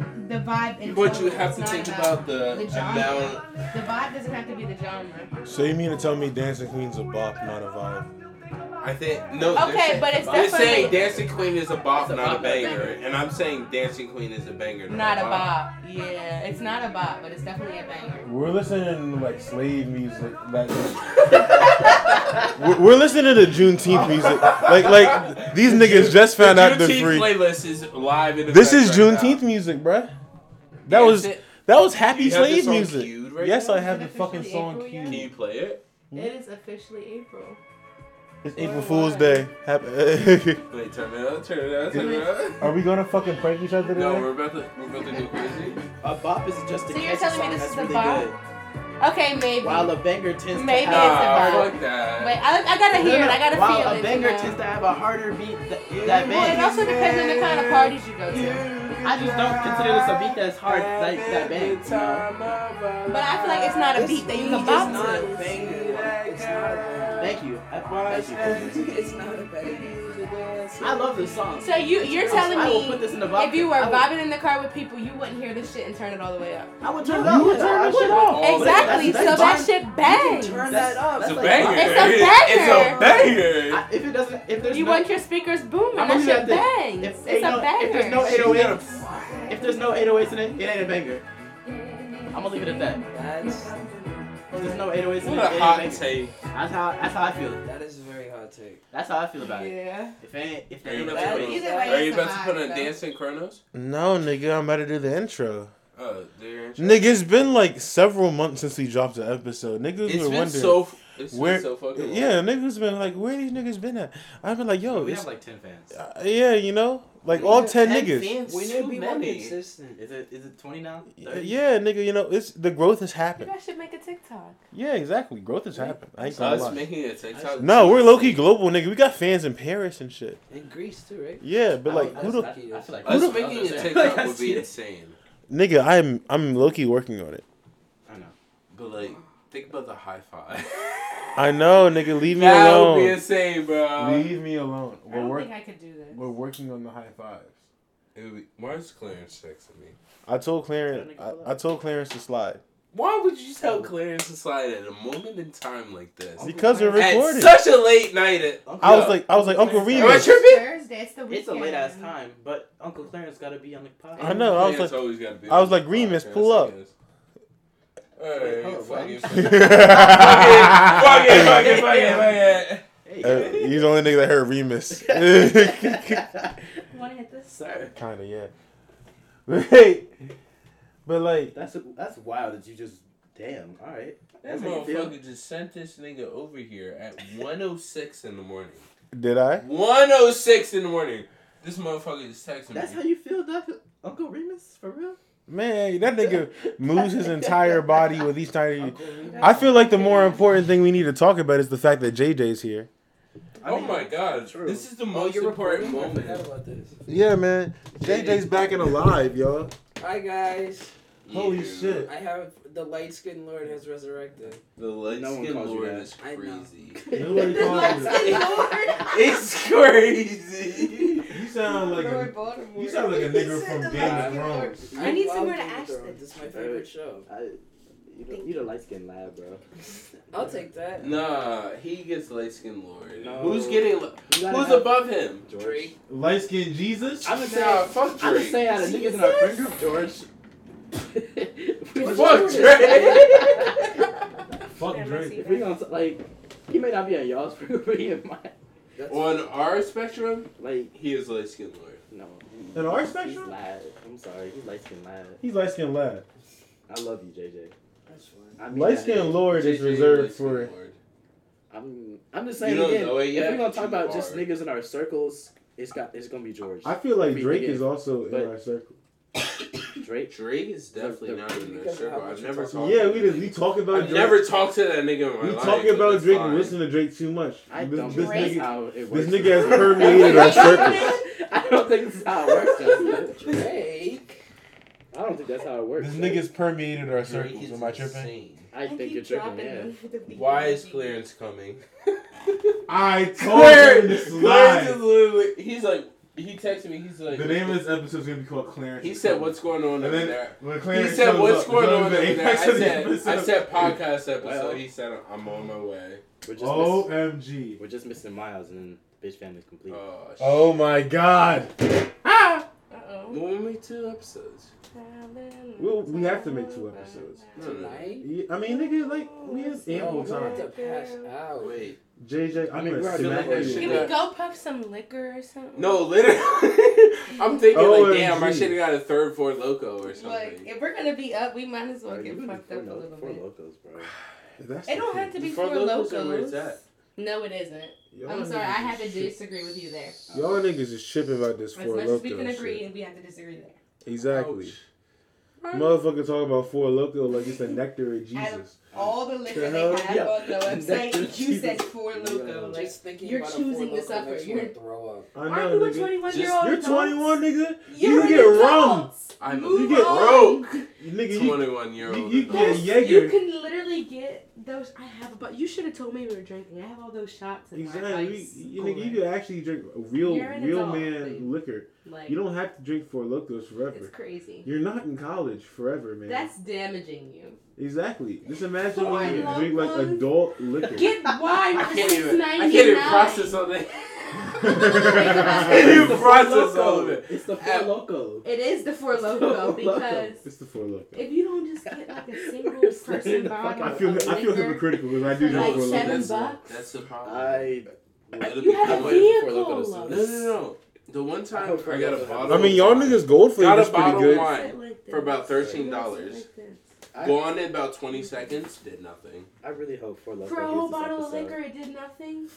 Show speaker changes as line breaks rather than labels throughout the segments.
vibe. in
But
total.
you have
It's
to
not
think about the
the
amount.
genre. the vibe doesn't have to be the genre.
So you mean to tell me Dancing Queen's a bop, not a vibe?
I think no. they're
Okay,
saying-
but it's
they're saying
definitely-
Dancing Queen is a bop,
It's a
not a
bop, not a
banger,
banger.
and I'm saying Dancing Queen is a banger,
Not a bop. Yeah, it's not a bop, but it's definitely a banger.
We're listening to like slave music. Like, we're, we're listening to Juneteenth music. Like like these niggas just found out they're
Juneteenth
free.
playlist is live in
This
effect
is
right now.
Juneteenth music, bruh. That
Yes,
was
it-
that was happy
You have the
slave
song
music.
queued right
yes,
now?
I have the
Is it
fucking
officially
song
April yet?
Can you
queued.
play it?
It is officially April.
It's
Or
April Fool's
what?
Day. Happy-
Wait, turn it up, turn it up, turn it up.
Are we gonna fucking prank each other today?
No, we're about to we're about to do crazy.
A bop is just a
So you're
catchy
telling me
song
this
that's
is a
really
bop?
good.
Okay, maybe.
While a banger tends
Maybe
to
it's a
Ah,
have.
bop.
fuck that.
Wait, I, I gotta hear it. I gotta
While
feel
a
it.
banger
you know?
tends to have a harder beat th- that
Well, it
bang.
also depends on the kind of parties you go to.
I just don't consider this a beat that's hard like that bang. You know?
But I feel like it's not a beat that you can bop to.
Thank you. I, thank you.
It's not a banger.
I love this song.
So you you're telling
I will
me
put this in the
if you were
I would,
vibing in the car with people, you wouldn't hear this shit and turn it all the way up.
I would turn it up.
You would turn
I
it
should-
up.
Oh,
exactly.
that's- that's
so that
fine.
shit bangs.
Turn
That's-
that up.
It's a
Oh, That's
banger.
like-
It's a
It's a banger.
I- If it doesn't, if there's
You
no,
want your speakers booming. That
I'm gonna do
shit
that
bangs.
If,
it's
ain't
a
no, if there's
banger.
no
She's gonna
808s, if there's no 808s in it, it ain't a banger. I'm gonna leave it at that.
That's,
If there's no 808s in it,
What
it
a
ain't a
hot
banger.
take.
That's how that's how I feel.
that is a very hot take.
That's how I feel about it.
yeah.
If it ain't, if
Are
there
you
ain't no
about to
808s,
put,
Either
a-
way,
are you
it's a
about to put
vibe,
a
though.
dancing chronos?
No, nigga, I'm about to do the intro.
Oh, there.
Nigga, it's been like several months since we dropped the episode. Niggas
It's
were
been
wondering.
so. It's
where-
been so fucking. long.
yeah, niggas been like, where these niggas been at? I've been like, yo,
we
it's,
have like ten fans.
uh, yeah, you know, like all
Yeah,
ten
10
niggas.
fans.
We
It's
need to
too
be more
many.
consistent.
Is it is it twenty now? 30?
Yeah, nigga, you know, it's the growth has
You
happened.
guys should make a TikTok.
Yeah, exactly, growth has happened. I ain't gonna
Us
lie.
making a TikTok.
No, we're low key global, nigga. We got fans in Paris and shit.
In Greece too, right?
Yeah, but
I
like,
don't-
who
I-
the
I feel like
Us
who the-
making a
Yeah.
TikTok
Like,
would be
I-
insane.
nigga? I'm I'm low key working on it.
I know.
But like, think about the high five.
I know, nigga. Leave me
that would be
alone.
insane, bro.
Leave me alone.
I don't think I could do this.
working on the high fives.
It would be- Why is Clarence texting me?
I told Clarence. I, I told Clarence to slide
Why would you tell Clarence to slide at a moment in time like this?
because we're recording.
At such a late night. At,
I was
Yo.
like, I was like, Uncle
I
Am
Remus.
tripping?
Thursday. It's the weekend.
It's a late ass time, but Uncle Clarence gotta be on the pod.
I know, I was
Clarence
like-
always gotta be
I was
on
like,
the
Remus,
podcast,
pull
I
up.
guess. Hey,
hold on,
fuck
what?
it, fuck it, fuck it, fuck it, fuck it, fuck it.
Hey,
Uh, he's the only nigga that heard Remus. Uh,
Want to hit this?
sir.
Kinda, yeah. Wait, but like,
That's that's wild that you just damn. All right.
That
That's how you feel?
motherfucker just sent this nigga over here at 106 in the morning.
did I?
106 in the morning. This motherfucker just texted
That's how
me.
you feel, Doc? Uncle Remus, for real?
Man, that nigga moves his entire body with each time.
Uncle
He...
Remus.
I feel like the more important thing we need to talk about is the fact that JJ's here.
oh my god.
True. Oh,
This is the most important
Oh, I forgot
moment.
about this.
Yeah, man. JJ's back and alive, y'all.
Hi guys.
Holy shit.
I have the light skinned lord has resurrected.
The light
No one
skin
calls you
lord
that.
is
I know.
crazy.
Nobody calls you.
it's crazy.
You sound like a, you sound like a nigga from Game of Thrones.
I need
love
somewhere to
Game of
ash
Thrones.
this.
It's my favorite show.
I, you know, you the light skinned lab, bro.
I'll take that.
Nah, he gets light skin lord.
No.
Who's getting li-
You gotta
Who's
have-
above him?
Drake.
Light skinned Jesus.
I'm just
Nah,
saying.
fuck
I'm just
Drake.
saying, out of niggas in our friend group, George.
Fuck Drake.
Fuck Drake.
If we gonna like, he may not be on y'all's friend group, but he in mine.
That's
On our spectrum,
Like,
he is light skin lord.
no. he-
In our
he's
spectrum?
live. I'm sorry, he's light skinned lab.
He's light skinned lad.
I love you, JJ.
that's fine.
I mean
Light
that.
skinned Lord is
JJ
reserved
light-skinned
for
lord.
I'm I'm just
You
saying
don't
again.
know it
if
yet,
we're gonna
but
talk
you
about just
are.
niggas in our circles, it's got it's gonna be George.
I feel like
Free
Drake
again.
is also in
But-
our circle.
Drake.
Drake is definitely
The-
not in the
because of
circle.
how
I've
much
never
you talk
talked.
Yeah,
to
we
him.
just we talk about
I've
Drake.
never talked to that nigga in my
we
life.
talk about
It's
Drake
fine.
and listen to Drake too much.
I
this,
don't
this
think this
nigga,
how it
this
works.
nigga has permeated our circle.
I don't think this is how it works. Justin.
Drake.
I don't think that's how it works.
This nigga's permeated our
Drake
circles.
is
Am I tripping?
insane.
I think you're tripping. Yeah.
Why is Clarence coming?
I Oh,
Clarence, Clarence is literally. He's like, He texted me. He's like,
The name of this episode is gonna be called Clarence.
he said, "What's going on
And
over
then
there?"
when
He
Clarence
said,
shows
"What's
up,
going
it's
on
gonna
over
be the
there?" I
apex of the
said, "I
episode.
said podcast episode."
Well.
He said, "I'm on my way."
We're just,
Oh.
miss-
Omg.
we're just missing Miles, and then the bitch family's complete.
Oh, shit.
Oh my god.
Ah!
Uh-oh.
Well, we made two episodes.
Well, we have to make two episodes.
Tonight?
Yeah, I mean, nigga, like we have
No,
Oh,
ample
we have to
time.
pass out.
Wait.
JJ,
I
I'm
mean, we're
gonna
already
smack
like that
you.
Can
shit.
we go puff some liquor or something?
No, literally. I'm thinking like, damn, I
OMG.
should have got a third, fourth loco or something.
Like, if we're gonna be up, we might as well
Bro,
get
you really
fucked up a
four
little
lo- four
bit.
locos, bro.
That's
It don't
the
have to
thing.
be
Four
four
Locos
locos.
or where it's at?
No, it isn't.
Y'all
I'm sorry,
niggas
I
is
have to
shit.
disagree with you there.
Y'all niggas is shipping about this
As
four
much as we can
loco
agree,
shit.
and we have to disagree there.
Exactly.
Ouch.
Motherfucker talk about four loco like it's the nectar of
Adam,
Jesus.
All the liquor
The
they
hell?
have
Yeah.
on the website, you
Jesus.
said four loco.
Yeah.
Like,
Just thinking
You're
about
choosing
a four
to
loco
suffer.
makes
You're-
me throw up.
I
aren't you a 21 year old?
You're 21, nigga.
You're
You get
an
rum.
adult.
I
Move
You get
on.
Nigga, you,
21 year
you,
old.
you get
Yes, You
Jaeger.
can literally get those. I have, but you should have told me we were drinking. I have all those shots. In My
Exactly. You,
ice
you, nigga, you
cooler.
can actually drink real,
You're an
real
adult,
man
babe.
liquor.
like,
You don't have to drink four locos
It's
forever.
crazy.
You're not in college forever, man.
That's damaging you.
exactly. Just imagine
Four
when you drink like
Locos.
adult liquor.
Get wine
I
for
can't
six
even.
ninety nine.
I can't even process all that.
It's
You process all of it.
It's the four
At-
loco.
It is the four
It's the
loco
Four Loko.
because
it's the four loco.
if you don't just get like a single
We're
person
sitting the fuck
bottle
I feel
of
I feel
liquor,
hypocritical because I do
For
drink
like
four
seven
that's,
locos.
the-
bucks?
That's the problem.
I.
It'll
You
be
had a
fun.
vehicle.
No, no, no. The one time I got a bottle.
I mean, y'all niggas gold
Got
flavor
a
is pretty
bottle of
good.
wine.
sit like
for about
this,
$13.
sit like this.
Go
I,
on in about 20 seconds. Did nothing.
I really hope four locos.
For a whole
hears this
bottle of
episode.
liquor, it did nothing.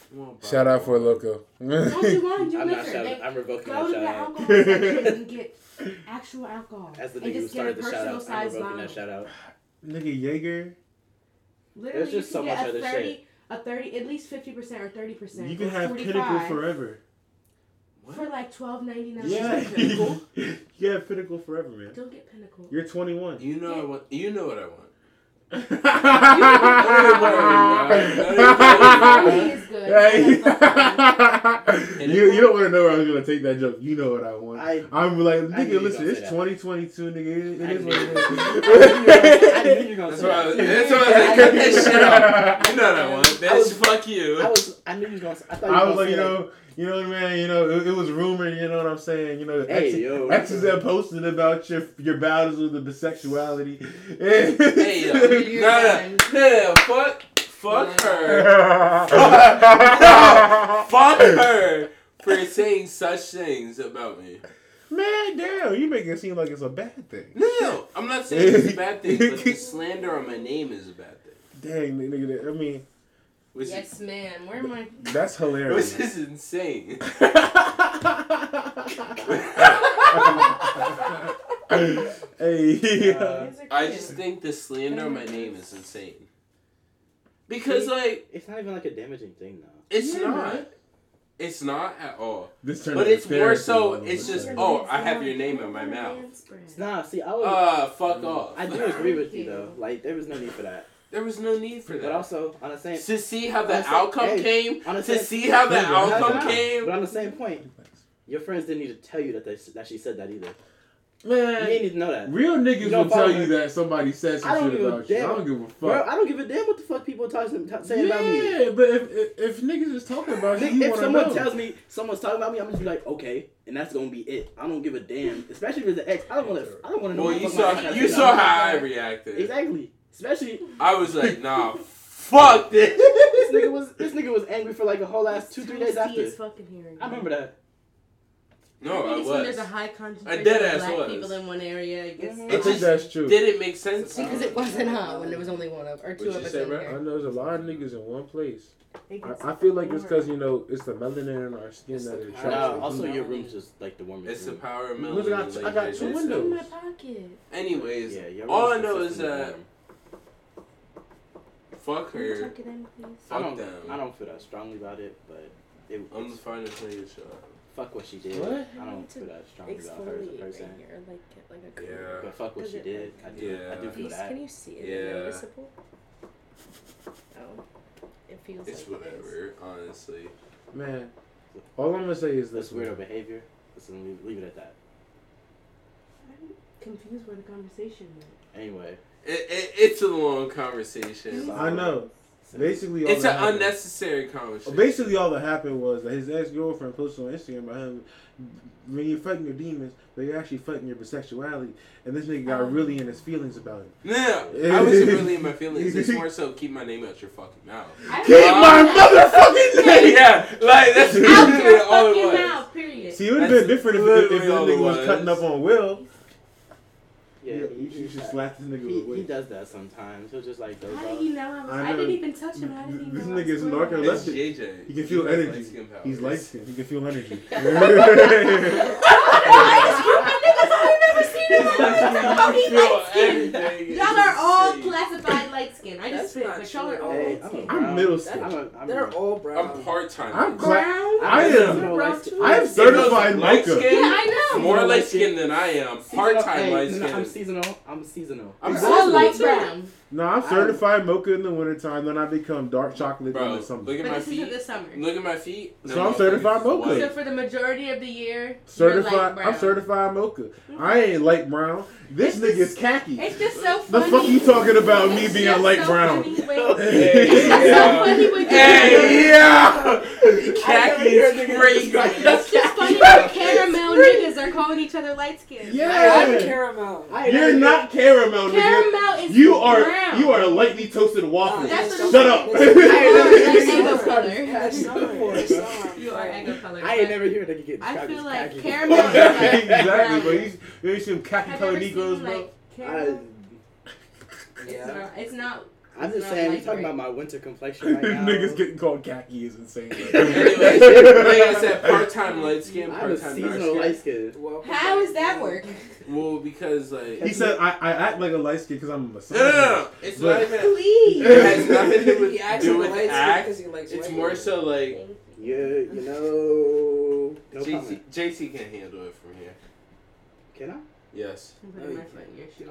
Shout out for loco.
Don't do wine, do
I'm not
liquor.
shouting.
Like,
I'm revoking
Go
that
to the
shout out.
alcohol section and get actual alcohol.
As the
and
nigga who
just get a
started the shout
personal
out, I'm
size
revoking
bottle.
that shout out.
Nigga Jaeger,
Literally,
There's just
you
so
can
much
get a
other
30, a 30, at least 50% or 30%.
you can
or
have
45
pinnacle forever.
For like twelve ninety nine.
Yeah,
Pinnacle.
you can have pinnacle forever, man.
Don't get pinnacle.
You're 21.
You know I want. You know what I want.
Money is good.
Hey. you you don't want to know where I was gonna take that joke. You know what I want.
I.
I'm like,
I knew you
nigga, listen,
gonna
it's
say that.
2022, nigga. It,
I
it is
knew
what
you
it
were gonna- I knew
is.
you were gonna
That's
say
why. I was,
that.
that's why I was like, cut this shit out. You know what I want.
I
Bitch,
was-
fuck you.
I was. I knew you was gonna. say- I thought you
I
were
was
gonna
like,
say
you
that.
know, you know, man, you know, it, it was rumored, you know what I'm saying, you know,
Hey,
X-
yo.
XZ posted about your your battles with the bisexuality.
Hey, yo.
You're
Nah,
done.
nah, fuck, fuck her. Fuck
Man,
her for saying such things about me.
damn, you make it seem like it's a bad thing.
No, no, I'm not saying it's a bad thing, but the slander on my name is a bad thing.
Dang, nigga, that- I mean,
Which is
Yes, ma'am. Where am I?
that's
which
hilarious.
is insane.
hey,
Uh,
These are
I
cute.
just think the slander on my name is insane. Because like
It's not even like a damaging thing though.
it's
Yeah, man.
not. It's not at all.
this turned
But
into
it's more
therapy
so
all of a
it's just
sudden.
oh, I have your name in my mouth.
Nah, see, I was.
Uh fuck off.
Oh. I do agree with you though. Like there was no need for that.
There was no need for
But
that.
also on the same
To see how the
That's-
outcome
hey,
came,
on the
to
same
see how the
Nigga, how
outcome
did I-
But
came.
on the same point, your friends didn't need to tell you that they, that she said that either. You
Man,
didn't need to know that.
real
You
niggas
don't
will tell
follow
you that somebody said
I
some
don't
shit
give a
about you. I
damn.
don't give a fuck.
Bro, I don't give a damn what the fuck people talk, t- say
yeah,
about me.
but if, if if niggas is talking about you,
Nigga,
you
if
wanna
someone
know.
tells me someone's talking about me, I'm just be like, okay, and that's gonna be it. I don't give a damn, especially if it's an ex. I don't want to. I don't want to know.
Well
what
you
the fuck
saw
my ex
you
has
saw
done.
how I reacted.
exactly. Especially
I was like, nah, fuck this.
this nigga was this nigga was angry for like a whole ass two three days after. I remember that.
No,
I
I
think it's when there's
was.
a high concentration
deadass
of black
was.
people in one area. It gets
Mhm.
I think
just
that's true.
Didn't make sense.
because it wasn't hot when there was only one of or two
What'd
of
you
us
say,
in
bro?
here.
I know there's a lot of niggas in one place.
It gets
I, I feel like it's because you know it's the melanin in our skin
It's
that
the
attracts.
power.
the
Nah,
heat.
also your room's just like the warmest.
It's the
room.
power of
Look, I got-
melanin.
I got two
like,
in
windows.
my pocket.
Anyways,
Yeah, your
all I
room's
know is
consistently
that
warm.
fuck
Can you
her.
tuck it in, please?
I
Fuck
don't,
them.
I don't feel that strongly about it, but it
I'm just trying to play your shot.
fuck what she did.
What?
I don't feel that strongly about her as a
Exfoliate
person.
right here, like get like a
Yeah.
But fuck what
Does
she
it
did. I
like-
do. I do
Yeah.
feel
These-
that.
Can you see it?
Yeah.
Yeah. Noticeable? Oh, it feels
It's
like it is.
whatever, honestly.
Man, all I'm gonna say is
This
this:
weirdo behavior. Let's leave, leave it at that.
I'm confused where the conversation went.
Anyway,
It, it, it's a long conversation.
I know. Basically, all
It's
that
an
happened-
unnecessary conversation.
Basically, all that happened was that his ex girlfriend posted on Instagram about him. When you're fighting your demons, but you're actually fighting your bisexuality, and this nigga got really in his feelings about it.
No, no, no. I wasn't really in my feelings. It's more so keep my name out your fucking mouth.
Keep my
Um,
motherfucking name.
yeah, like that's
Out
literally
your
all it
fucking
was.
mouth, period.
See, it would have been
That's
different if, if, if this
literally all it
nigga was
was.
cutting up on Will.
yeah,
Yeah,
he,
you should- you
he's
should
that-
slap this nigga
he,
with
he
weight.
does that sometimes. He'll just like go
How did he know I was?
I
I,
know.
didn't even touch him. How did he know?
This
I was
nigga's
going
narco-
out?
That's
It's
it.
JJ.
He can feel
He has
energy.
light-skin powers.
He's light skinned. He can feel energy.
Why is you niggas I've never seen him? Oh, he's
Feel
light skinned.
anything.
Y'all are all
It's insane.
classified light skin. I just
That's
spit,
not
but y'all
true.
are all
Hey,
light
I'm, a
skin.
brown-
I'm middle school.
I'm a, I'm
They're
a,
all brown.
I'm part time.
I'm cla-
Brown?
I
am-
You're brown too?
I am
Yeah,
certified
light
mocha.
skin.
I know.
More light skinned than I am. Part time
Hey,
light
no, no, I'm
skinned.
seasonal. I'm seasonal.
I'm
All light
seasonal.
brown.
No, I'm certified mocha in the wintertime. Then I become dark chocolate in
Bro,
the summer.
look at
But
my
this isn't
feet.
the summer.
Look at my feet.
So
No,
I'm
motherfuckers,
certified mocha.
white.
So for the majority of the year, You're light
Certified.
brown. Mm-hmm.
I'm certified mocha. I ain't light brown. This
It's
nigga
just-
is khaki.
It's just so
The
funny.
fuck you talking about me
It's
being
just
light
so
brown?
funny when-
Hey,
It's just so funny when you-
Hey,
yeah.
Khaki is
It's
crazy.
just funny when caramel niggas are calling each other light skin.
I'm
Yeah.
caramel.
I ain't
You're
never-
not caramel, nigga.
Caramel is
You are
brown.
you are a lightly toasted waffle.
That's what
Shut
I'm
up.
saying.
It's
Summer.
Eggo color.
That's summer. It's summer.
You are egg color.
I ain't never hear a nigga get
I
described
feel
as
like
khaki.
caramel is like-
exactly, but you, you ain't some khaki
Have you
colored
ever
Negroes,
seen
bro.
like
I,
caramel? It's
Yeah.
not. It's not.
I'm
It's
just
not
saying, we
like
talking
that.
about my winter
Oh
complexion right now.
Niggas getting called khaki is insane.
Anyways, like I said, part time light skin,
I'm a
part time dark
seasonal
skin.
light skin.
Welcome
How
back.
does that work?
Well, because like
he said I, I act like a light skin because I'm a
no, no, no,
massage.
it's
But-
not even.
Please.
It has nothing to do with,
He acts
do
like a
with
light skin
act.
because he likes
It's
white
more
women.
so like
Yeah, you know. No
JC,
comment.
JC can handle it from here.
Can I?
Yes,
I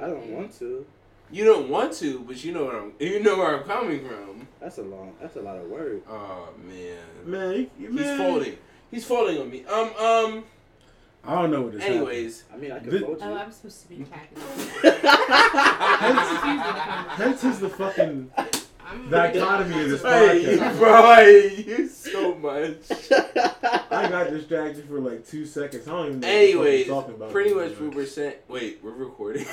don't want to.
you don't want to, but you know what I'm. You know where I'm coming from.
That's a long. That's a lot of work.
Oh man,
Man, you- you-
he's
man.
folding. He's folding on me. Um, um.
I don't know what this.
Anyways,
I mean, I could
Did-
vote
Oh,
you.
I'm supposed to be tacky.
Happened. Hence is the fucking
I'm
dichotomy of this
hey,
podcast.
bro, I hate you so much.
I got distracted for like two seconds. I don't even know
Anyways,
what the fuck we're talking about.
pretty much what we're saying. Wait, we're recording.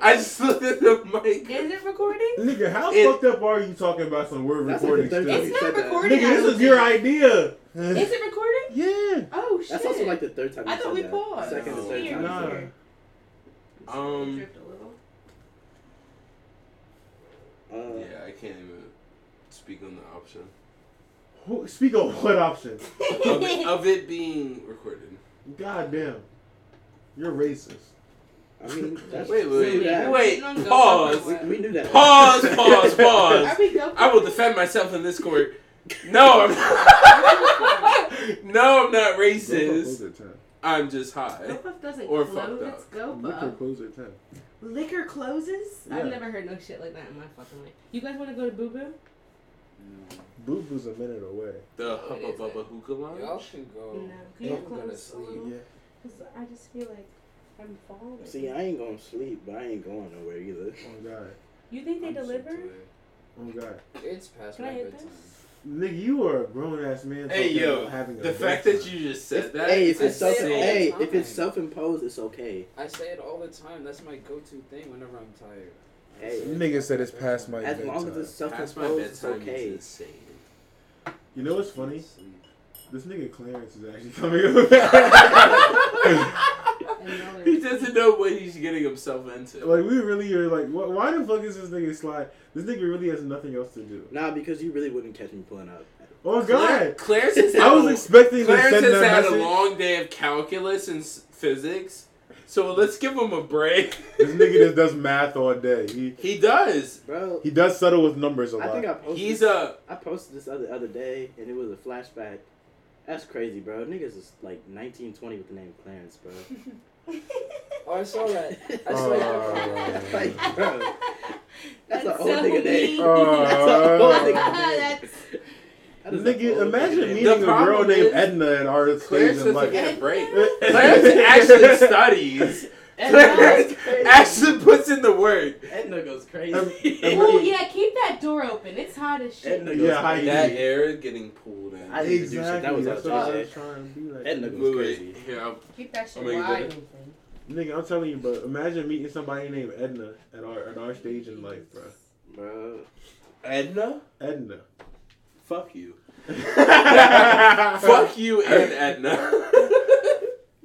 I just looked at the mic.
Is it recording?
Nigga, how
It-
fucked up are you talking about some word
That's
recording
like the
still?
third-
It's
said
not
that.
recording.
Nigga,
I
this
don't
is your
think.
idea.
Is it recording?
yeah.
Oh shit.
That's also like the third time.
I
you
thought
said
we
that.
paused.
Second to
No.
third
Here,
time.
Nah.
here.
Um,
Drift a little.
Uh,
Yeah, I can't even speak on the option
Who- Speak on what option?
of it, of it being recorded.
God damn. You're racist.
I mean, that's,
Wait,
we
wait,
knew that.
wait.
No, no,
Pause.
no.
We, we knew that.
Pause, pause, pause.
Are we go?
I will defend myself in this court. No, I'm no, I'm not racist. I'm just high.
GoPuff doesn't
Or
close.
fucked up.
It's GoPuff.
Liquor at 10.
Liquor closes?
Yeah.
I've never heard no shit like that in my fucking life. You guys want to go to Boo Boo?
Boo Boo's a minute away.
The hubba bubba hookah
Oh.
Y'all
lounge.
should
No.
go.
Can you
I'm gonna
close?
sleep.
Because I just feel like I'm falling.
See, I ain't gonna sleep, but I ain't going nowhere either.
Oh, God.
You think they
I'm so
deliver?
tired.
Oh, God.
It's past
Can
my
I hit
bedtime.
Nigga, you are a grown ass man.
Hey
talking
yo,
about having a
the fact
bedtime.
that you just said that.
hey, if
is
it's self,
I say
insane.
it all
hey,
the
if it's
time.
self-imposed, it's okay.
I say it all the time. That's my go-to thing whenever I'm tired.
Hey,
Nigga said it's past my
as long as
bedtime.
it's
Past my
self-imposed, it's
bedtime,
okay.
it's insane.
You know what's funny?
Sleep.
This nigga Clarence is actually coming over.
And y'all are-
He doesn't know what he's getting himself into.
like, we really are like, wh- why the fuck is this nigga sly? This nigga really has nothing else to do.
Nah, because you really wouldn't catch me pulling up.
Oh,
Claire-
God.
Clarence has
I was
had a-
expecting to
Clarence
send
has
that
had a
message.
long day of calculus and s- physics, so let's give him a break.
This nigga just does math all day. He
He does.
Bro,
he does settle with numbers a
I
lot.
think I posted.
He's a
I posted this other other day, and it was a flashback. That's crazy, bro. Niggas is like 19, 20 with the name Clarence, bro.
Oh, I saw that. I saw
Oh.
Uh,
that.
like, bro, that's,
That's
an old
so
nigga name.
mean.
That's an old nigga name.
That's
That is
Nigga,
old
imagine
nigga
meeting
name.
a
The
girl
problem
named
is,
Edna at our stage
Clarence
in
doesn't
life.
get a break. Clarence actually studies.
Edna goes
Clarence
crazy.
actually puts in the work.
Edna goes
Em-
crazy.
em-
Ooh, yeah, keep that door open. It's hot as shit.
Edna goes
Yeah, I
crazy.
That air is getting pulled in.
I didn't do shit.
Exactly.
That was
That's what
out
I
there.
was trying to be like.
Edna
Wait,
goes
wait,
crazy.
here, I'll-
Keep that
Oh
shit
I mean,
wide
the-
open.
Nigga, I'm telling you, bro. Imagine meeting somebody named Edna at our at our stage in life, bro.
Bro,
Edna?
Edna.
Fuck you.
Fuck.
Fuck you and Edna.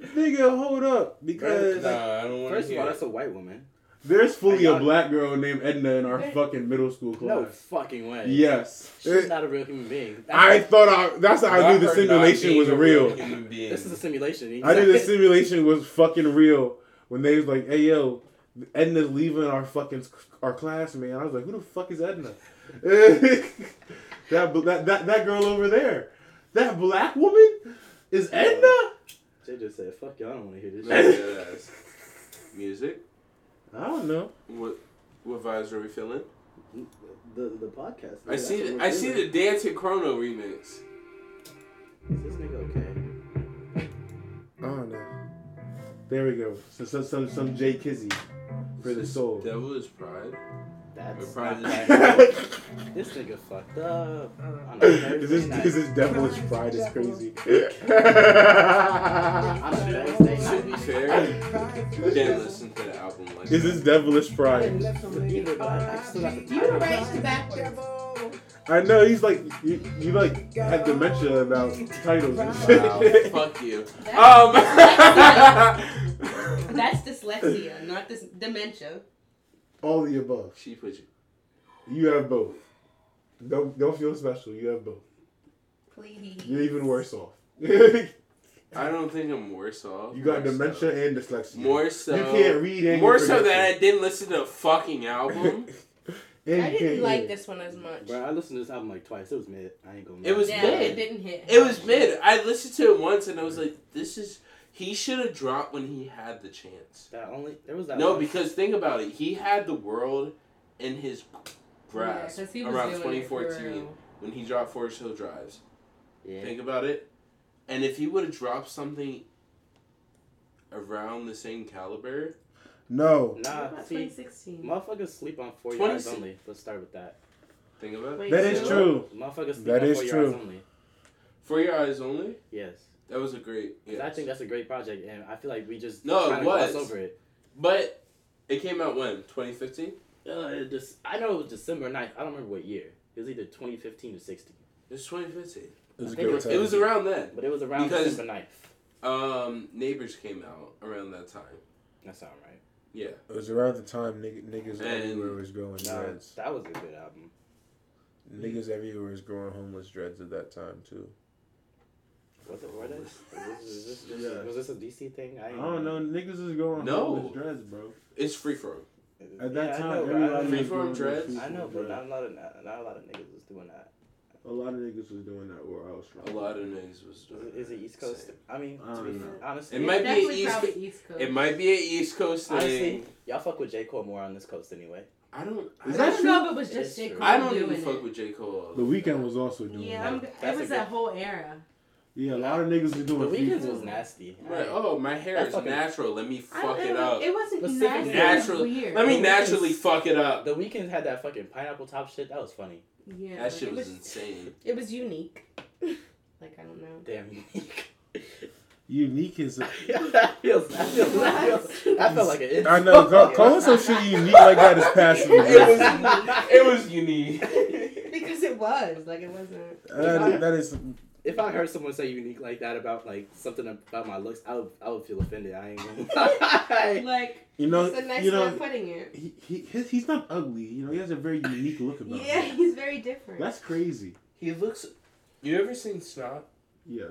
Nigga, hold up, because
nah, I don't want to
first of
hear
all,
it.
that's a white woman.
there's fully a
Hang on.
black girl named Edna in our
Hey.
fucking middle school
No
class.
fucking way.
Yes.
She's
It-
not a real human being.
I thought I. That's how I knew
Not
the
her not
simulation
being
was
a
real.
human being.
This is a simulation.
I knew the simulation was fucking real when they was like, "Hey yo, Edna's leaving our fucking our class, man." I was like, "Who the fuck is Edna?" that, bl- that that that girl over there, that black woman, is Edna.
They just said, "Fuck y'all, I don't want to hear this."
Nah,
shit.
that ass. Music?
I don't know.
What what vibes are we feeling?
the the podcast.
I see the, I see the Dance and Chrono remix.
Is this nigga okay?
I don't know. There we go. So, some some some Jay Kizzy for the soul.
Devil is Pride.
That's
We're probably
not
just-
right.
is
this nigga fucked up. On a
this
Thursday night.
is this devilish pride is crazy.
On a Thursday
To be
night.
fair, you didn't listen to the album like
Is
that.
this devilish pride?
Either way, I still got the
You
title.
erased the backwards.
I know he's like you, you like had dementia about titles and
Wow,
shit.
fuck you.
That's,
Um,
that's dyslexia, not this dementia.
All the above.
she put you.
You have both. Don't don't feel special. You have both.
Please.
You're even worse off. you
I don't think I'm worse off.
got
More so.
dementia and dyslexia.
More so.
You can't read and
More
you're
so that I
predicting.
didn't listen to the fucking album.
And
I didn't
you can't
like
read.
this one as much.
Bro, I listened to this album like twice. It was mid. I ain't gonna.
It was
yeah,
mid.
it didn't hit.
It was mid. I listened to it once and I was like, this is. He should have dropped when he had the chance.
That only there was that.
No,
one-
because think about it. He had the world in his
Yeah,
grasp
'cause he was
around
doing it
2014
for-
when he dropped Forest Hill Drives.
yeah.
Think about it. And if he would have dropped something around the same caliber,
No.
Uh,
What
Nah,
about
see,
2016.
motherfuckers sleep on four your eyes
26
only. Let's start with that.
think about it.
Wait,
That is
so-
true.
Motherfuckers sleep
That
on
is
four
true.
your eyes only.
For Your Eyes Only,
Yes.
that was a great.
'Cause
Yeah.
I think that's a great project, and I feel like we just
No, it
kinda gloss
was.
over it.
But it came out when? 2015?
Uh, it just, I know it was December 9th. I don't remember what year. It was either 2015 or 16.
It was 2015.
It was a
I think
good time.
It was around then.
But it was around
Because-
December 9th.
Um, Neighbors came out around that time.
That sound right.
Yeah.
It was around the time nigg- niggas
And-
everywhere was growing
Nah,
dreads.
that was a good album.
Niggas everywhere was growing homeless dreads at that time too.
Was it Word Is this, is this, is
Yeah.
this, was this a DC thing? I,
I
ain't-
don't know. Niggas is growing
No.
homeless dreads, bro.
It's free from.
At that
Yeah,
time,
I know, but I
everybody
don't-
Free
was
form
doing
dreads?
those
I know,
freeform
but not
dreads.
a lot of not, not a lot of niggas was doing that.
a lot of niggas was doing that where I was
A
from.
lot of niggas was
Is
doing
it, is it East Coast?
Same.
I mean,
I
to be
don't know.
honest,
It might be
Definitely
East-
probably East Coast.
It might be an East Coast thing.
honestly, y'all fuck with J Cole more on this coast anyway.
I don't. I
Is
I
that
don't
don't,
know if it was just
It's
J.
true.
Cole
I don't
doing
even
it.
fuck with J Cole.
The weekend was also doing
Yeah,
that.
I'm,
That's
it
a
was
good-
that whole era.
yeah, a lot of niggas was
The
doing
weekends
freeform.
was nasty.
Right. Oh, my hair
That
is
fucking-
natural. Let me
I
fuck
don't-
it up.
It wasn't
Specific-
nasty.
Natural-
It was weird.
Let me
The
naturally
Weeknd's-
fuck it up.
The weekends had that fucking pineapple top shit. That was funny.
Yeah,
That
like,
shit
it
was insane.
It was unique. like I don't know.
Damn unique.
Unique is. I
that feels. That feels. That feels. That felt like an. insult.
know. Call, calling some shit unique like that is passive aggressive.
It was unique.
Because it was like it wasn't.
That- that is.
If I heard someone say unique like that about like something about my looks, I would, I would feel offended. I ain't gonna.
Like
You know.
it's a nice
you
way
know.
of putting it.
He, he, his, he's not ugly. You know. He has a very unique look about
Yeah,
him.
he's very different.
That's crazy.
He looks. You ever seen Snot?
Yeah.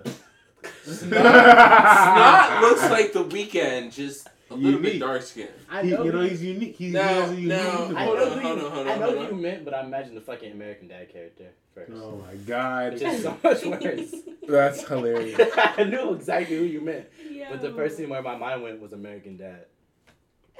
Ah.
Snot looks like the weekend, just a little bit
Unique.
dark skinned.
I
He,
know.
you know,
you-
he's unique. He, he
Now,
has a unique
now,
look
I
hold
about him.
know,
on,
who you-
hold on, hold
I
on,
know
hold
who
on.
you meant, but I imagine the fucking American Dad character first.
Oh my
It's just
god.
so much worse.
That's hilarious.
I knew exactly who you meant,
yeah.
but the first thing where my mind went was American Dad.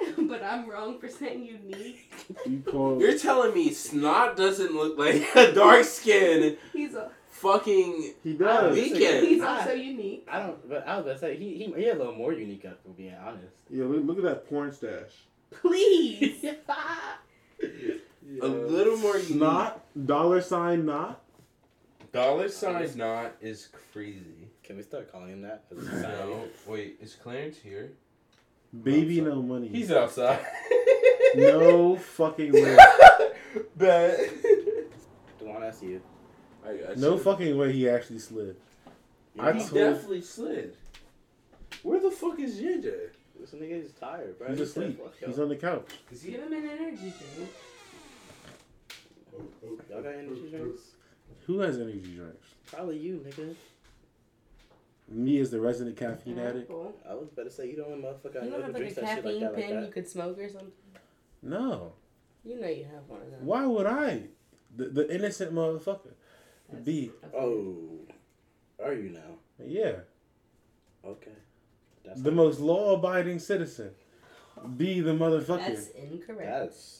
but but I'm wrong for saying unique.
You call
You're telling me Snot doesn't look like a dark skinned
He's a,
fucking.
he does.
Weekend.
he's also
Ah.
unique.
I don't. But I was gonna say he he, he a little more unique up. To be honest.
Yeah, look, look at that porn stash.
Please.
A little more unique.
Not dollar sign not.
Dollar sign Snot is crazy.
Can we start calling him that? As a society?
No, wait, is Clarence here?
Baby, no money.
He's outside.
no fucking way.
Bet.
Dewan, that's you.
I got
No
you.
fucking way. He actually slid. I
He
told-
definitely slid. Where the fuck is JJ?
This nigga is tired, bro.
He's
He said,
asleep.
"Fuck
He's
y'all.
on the couch.
Is
Give him an energy drink.
y'all got energy drinks?
Who has energy drinks?
Probably you, nigga.
Me as the resident caffeine addict.
Apple.
I was about to say you don't want motherfucker
You don't
know who
have like a
drinks that shit like
caffeine
that like
pen you
that.
could smoke or something?
No.
You know you have one of them.
Why would I? The, the innocent motherfucker.
That's-
B.
that's-
Oh, are you now?
Yeah.
Okay. That's
The most law abiding citizen. Be the
That's
motherfucker.
incorrect.
That's.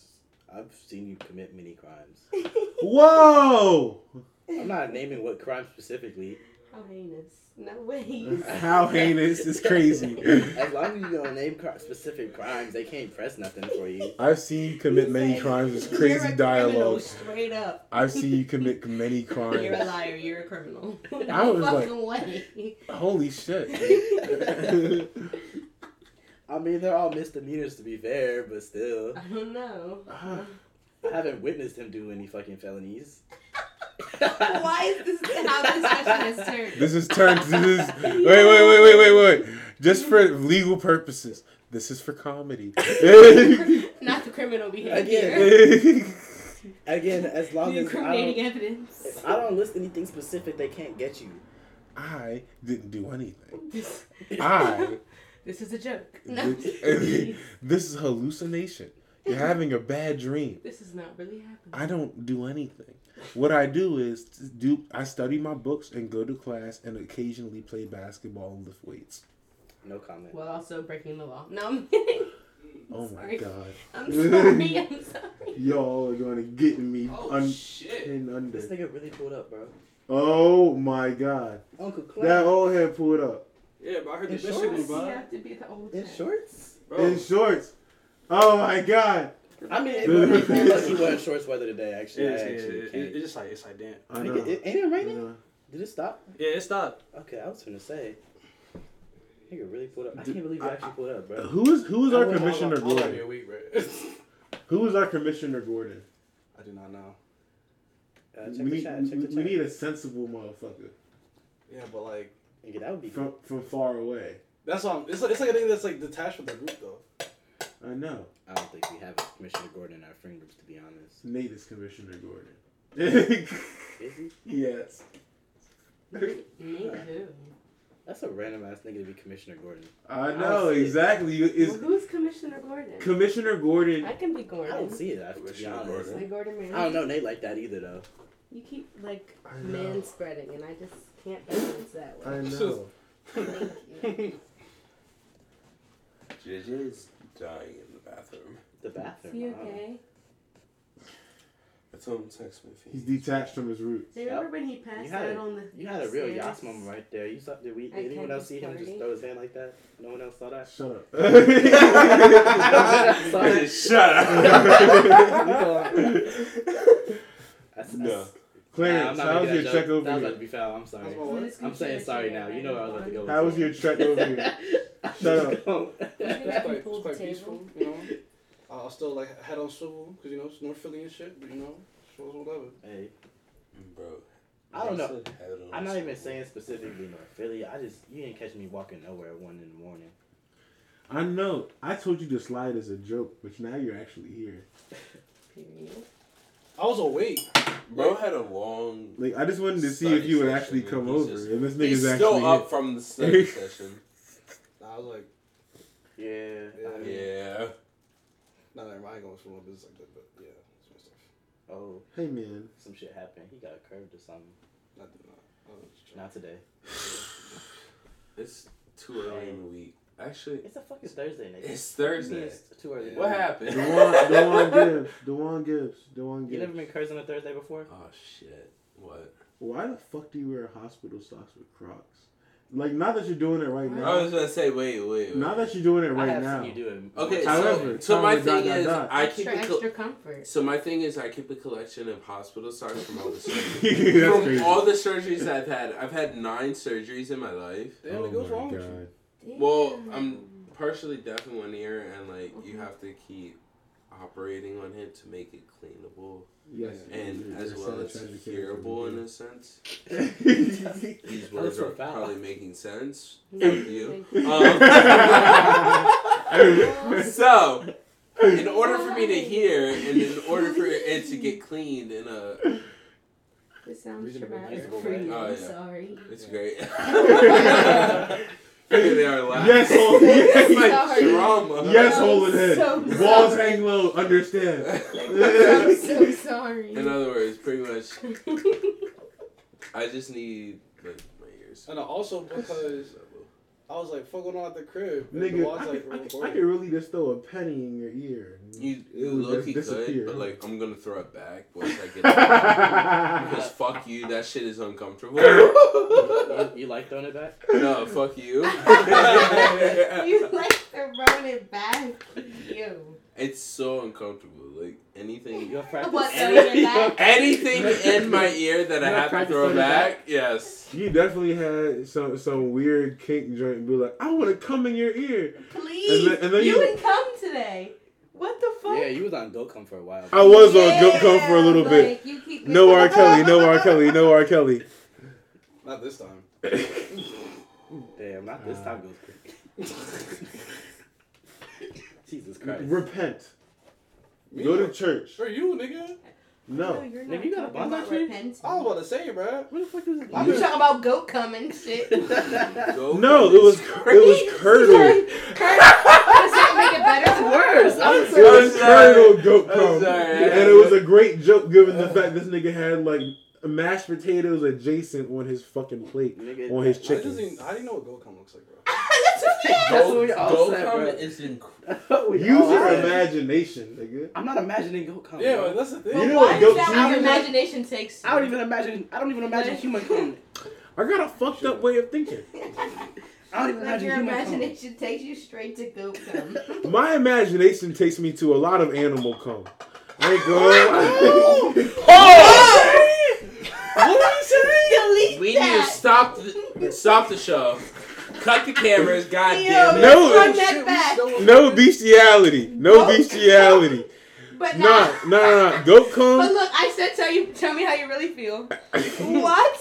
I've seen you commit many crimes.
Whoa!
I'm not naming what crime specifically.
How heinous. No way.
How heinous is crazy.
As long as you don't name cri- specific crimes, they can't press nothing for you.
I've seen you commit many crimes. It's
You're a
crazy
criminal,
dialogue.
Straight up.
I've seen you commit many
You're a
crimes.
liar. You're a criminal.
I was like-
fucking way.
Holy shit.
I mean, they're all misdemeanors to be fair, but still,
I don't know.
I haven't witnessed him do any fucking felonies.
Why is this how this session has turned?
This is turned. This is wait, wait, wait, wait, wait, wait. Just for legal purposes, this is for comedy.
Not the criminal
Again.
behavior.
Again, as
The
long as I don't,
incriminating evidence.
if I don't list anything specific, they can't get you.
I didn't do anything.
This,
I
this is a joke. No.
this, is hallucination. You're having a bad dream.
this is not really happening.
I don't do anything. What I do is do I study my books and go to class and occasionally play basketball and lift weights.
No comment.
While also breaking the law. No, I'm kidding.
Oh my
Sorry.
god.
I'm sorry. I'm sorry.
Y'all are gonna get me
Oh
un-
shit!
pin
This
under.
nigga really pulled up, bro.
Oh my god.
Uncle Clem
That old head pulled up.
Yeah, but I heard the
It's
best
short.
shit
Why
was
does he
by.
have to be the old
in
type?
shorts.
Bro,
in shorts. Oh my god!
I mean, it would make me lucky wearing shorts weather today. Actually,
it's,
I
yeah,
actually
it-
can't.
it- it's just like it's like damn.
I
Nigga, it- ain't it raining?
know.
Did it stop?
Yeah, it stopped.
Okay, I was gonna say. Nigga really pulled up. I
Dude,
can't believe you
I-
actually pulled up, bro.
Who is who is our
I went all
commissioner
up- all up
Gordon?
your week, bro.
Who is our commissioner Gordon?
I do not know.
Uh, check
we,
the
need,
chat. Check the
we need
chat.
a sensible motherfucker
Yeah, but like
Nigga, that would be cool.
from from far away.
that's what I'm, it's like it's like a thing that's like detached from the group though.
I know
I don't think we have a Commissioner Gordon in our friend groups, to be honest.
Nate is commissioner Gordon.
Is he?
yes.
Me too.
That's a random ass nigga to be Commissioner Gordon.
I
I
know
don't see it.
exactly. You-
Well,
Is
who's Commissioner Gordon?
commissioner Gordon?
I can be
I
Gordon.
don't see it. I- To be
Commissioner
honest,
Gordon.
Like Mm-hmm. Gordon Ramsay.
I don't know Nate like that either, though.
You keep like
I know.
man spreading, and I just can't balance that way.
I know.
JJ is dying in the bathroom.
The
Is he
bathroom. I don't know.
okay?
I told him to text me. if he-
He's detached from his roots.
Do you remember when he passed
You had
out
a-
on the?
You had a real
stairs?
Yas moment right there. You saw? Did we?
I
Did anyone
can't
else
be
see him just
flirty.
throw his hand like that? No one else saw that.
Shut up.
Sorry.
Shut up.
That's,
No.
Clarence,
Nah, I'm not
how was
making
your
that
check
joke.
over
That was
here?
about to be foul. I'm sorry.
That's what-
Well, this
I'm saying
computer
sorry
should
now.
be
You know what I was about
right
to go.
How was your trek over here? Shut up.
Even
It's
if you
quite,
pulled
it's
the
quite
table.
peaceful, you know. I- I'll still like head on swivel because you know it's North Philly and shit, but you know, shows whatever.
Hey,
Bro.
I don't
you
know.
said head on
I'm not even
swivel.
saying specifically North Philly. I just you didn't catch me walking nowhere at one in the morning.
I know. I told you to slide as a joke, but now you're actually here.
Period.
I was awake.
Bro had a long.
Like I just wanted to see
study
if you would
session
actually
and
come
he's
over,
just-
and this
He's
nigga's
still
actually
up from the study session.
Nah, I was like,
Yeah. I mean-
Yeah.
nah, never mind. I ain't going swivel business like that, but yeah, that's my stuff.
Oh,
here. Hey man,
some shit happened. He got curved or something.
I did not. I was just trying-
Not today.
It's too early in the week. Actually,
It's a fucking Thursday, nigga.
it's Thursday.
It's too early.
What happened?
Dewan, Dewan Gibbs. Dewan Gibbs. Dewan
You never
Gibbs.
been cursed on a Thursday before?
Oh shit! What?
Why the fuck do you wear hospital socks with Crocs? Like, not that you're doing it right
I
now.
was gonna say, wait, wait, wait.
Not that you're doing it
I
right
have
now.
seen you do it.
Okay,
However,
so, so my
however, dot,
thing
dot,
is,
dot.
I keep
extra,
a col-
extra comfort.
so my thing is I keep a collection of hospital socks from all the surgeries.
That's
from
crazy.
all the surgeries I've had, I've had nine surgeries in Oh my life.
Damn,
Oh
it goes wrong with you.
Well,
Damn.
I'm partially deaf in one ear, and like you
Mm-hmm.
have to keep operating on it to make it cleanable
Yes.
and as
That's
well
a
as
tragic case
hearable
for
in
me.
a sense. These
That's
words are
profound.
probably making sense.
No,
Fuck you.
thank you.
Um, so, in order for me to
Why?
hear, and in order for it to get cleaned in a
This sounds
Reasonable,
traumatic
reasonable,
for
right?
you.
Oh,
I'm
yeah.
sorry.
It's great. Here they are laughing.
Yes, hold
It's like
yes,
Sorry.
drama.
yes,
I'm
hold it head.
so
Walls
sorry.
hang low. Understand.
I'm so sorry.
In other words, pretty much, I just need like my ears.
And uh, also because I was like, fuck going on at the crib. And
Nigga,
Dewan's,
I,
like,
could- I, could- I
recording.
could really just throw a penny in your ear. and
You,
it
you
would
low
just
key could,
disappear.
but like I'm gonna throw it back once I get it. Because fuck you, that shit is uncomfortable. no,
You, you like throwing it back?
fuck you. uh,
you like throwing it back. You.
it's so uncomfortable. Like anything
You have practice?
What, throwing it back?
anything in my ear that I
You
have to
practice
throw
throwing it
back, yes.
You definitely had some some weird kink joint and be like, I want to come in your ear.
Please.
And then- and then
you
you-
didn't come today. What the fuck?
Yeah, you was on Go Come for a while.
I was on go,
Yeah,
go for a little bit.
like, you keep-
No R. Kelly, no R. Kelly, no R. Kelly.
Not this time.
Damn, not this
Uh.
time goes quick. Jesus Christ.
Repent.
Me?
Go to church.
For you, nigga.
No,
No.
you're
Nigga, you got a
talking about
bonsai tree?
repentance.
I was about to say, bruh.
Where the fuck is this?
You talking about goat cum and shit.
Go
No,
for
it was
this.
it was curdled.
Does that make it better? It's worse. I'm
It
sorry.
was
I'm sorry.
curdled goat
I'm
cum.
sorry.
And it was a great joke given the fact this nigga had like mashed potatoes adjacent on his fucking plate.
Nigga,
On his
I just
chicken.
didn't, I didn't know what Gokon looks like, bro.
That's what it is.
That's what we all
Go
said,
come
bro.
is incredible.
Use
all
your
said-
imagination, nigga.
I'm not imagining Go Come.
Yeah,
bro.
but that's the thing.
You know
Why
what goat
is that
cum
our
is?
imagination takes?
I don't even imagine. I don't even imagine human cum.
I got a fucked up way of thinking.
I don't even
Like
imagine
your
human cum.
imagination takes you straight to goat cum.
My imagination takes me to a lot of animal cum. I ain't going. oh!
Delete
We need to
that.
stop the, stop the show. Cut the cameras, goddamn
Yo,
it.
No.
run
Shit,
that
we
back.
still-
No bestiality. No
Goat
bestiality.
But
Nah,
not.
nah, nah. nah. Goat
But
cum.
look, I said tell you, tell me how you really feel. what?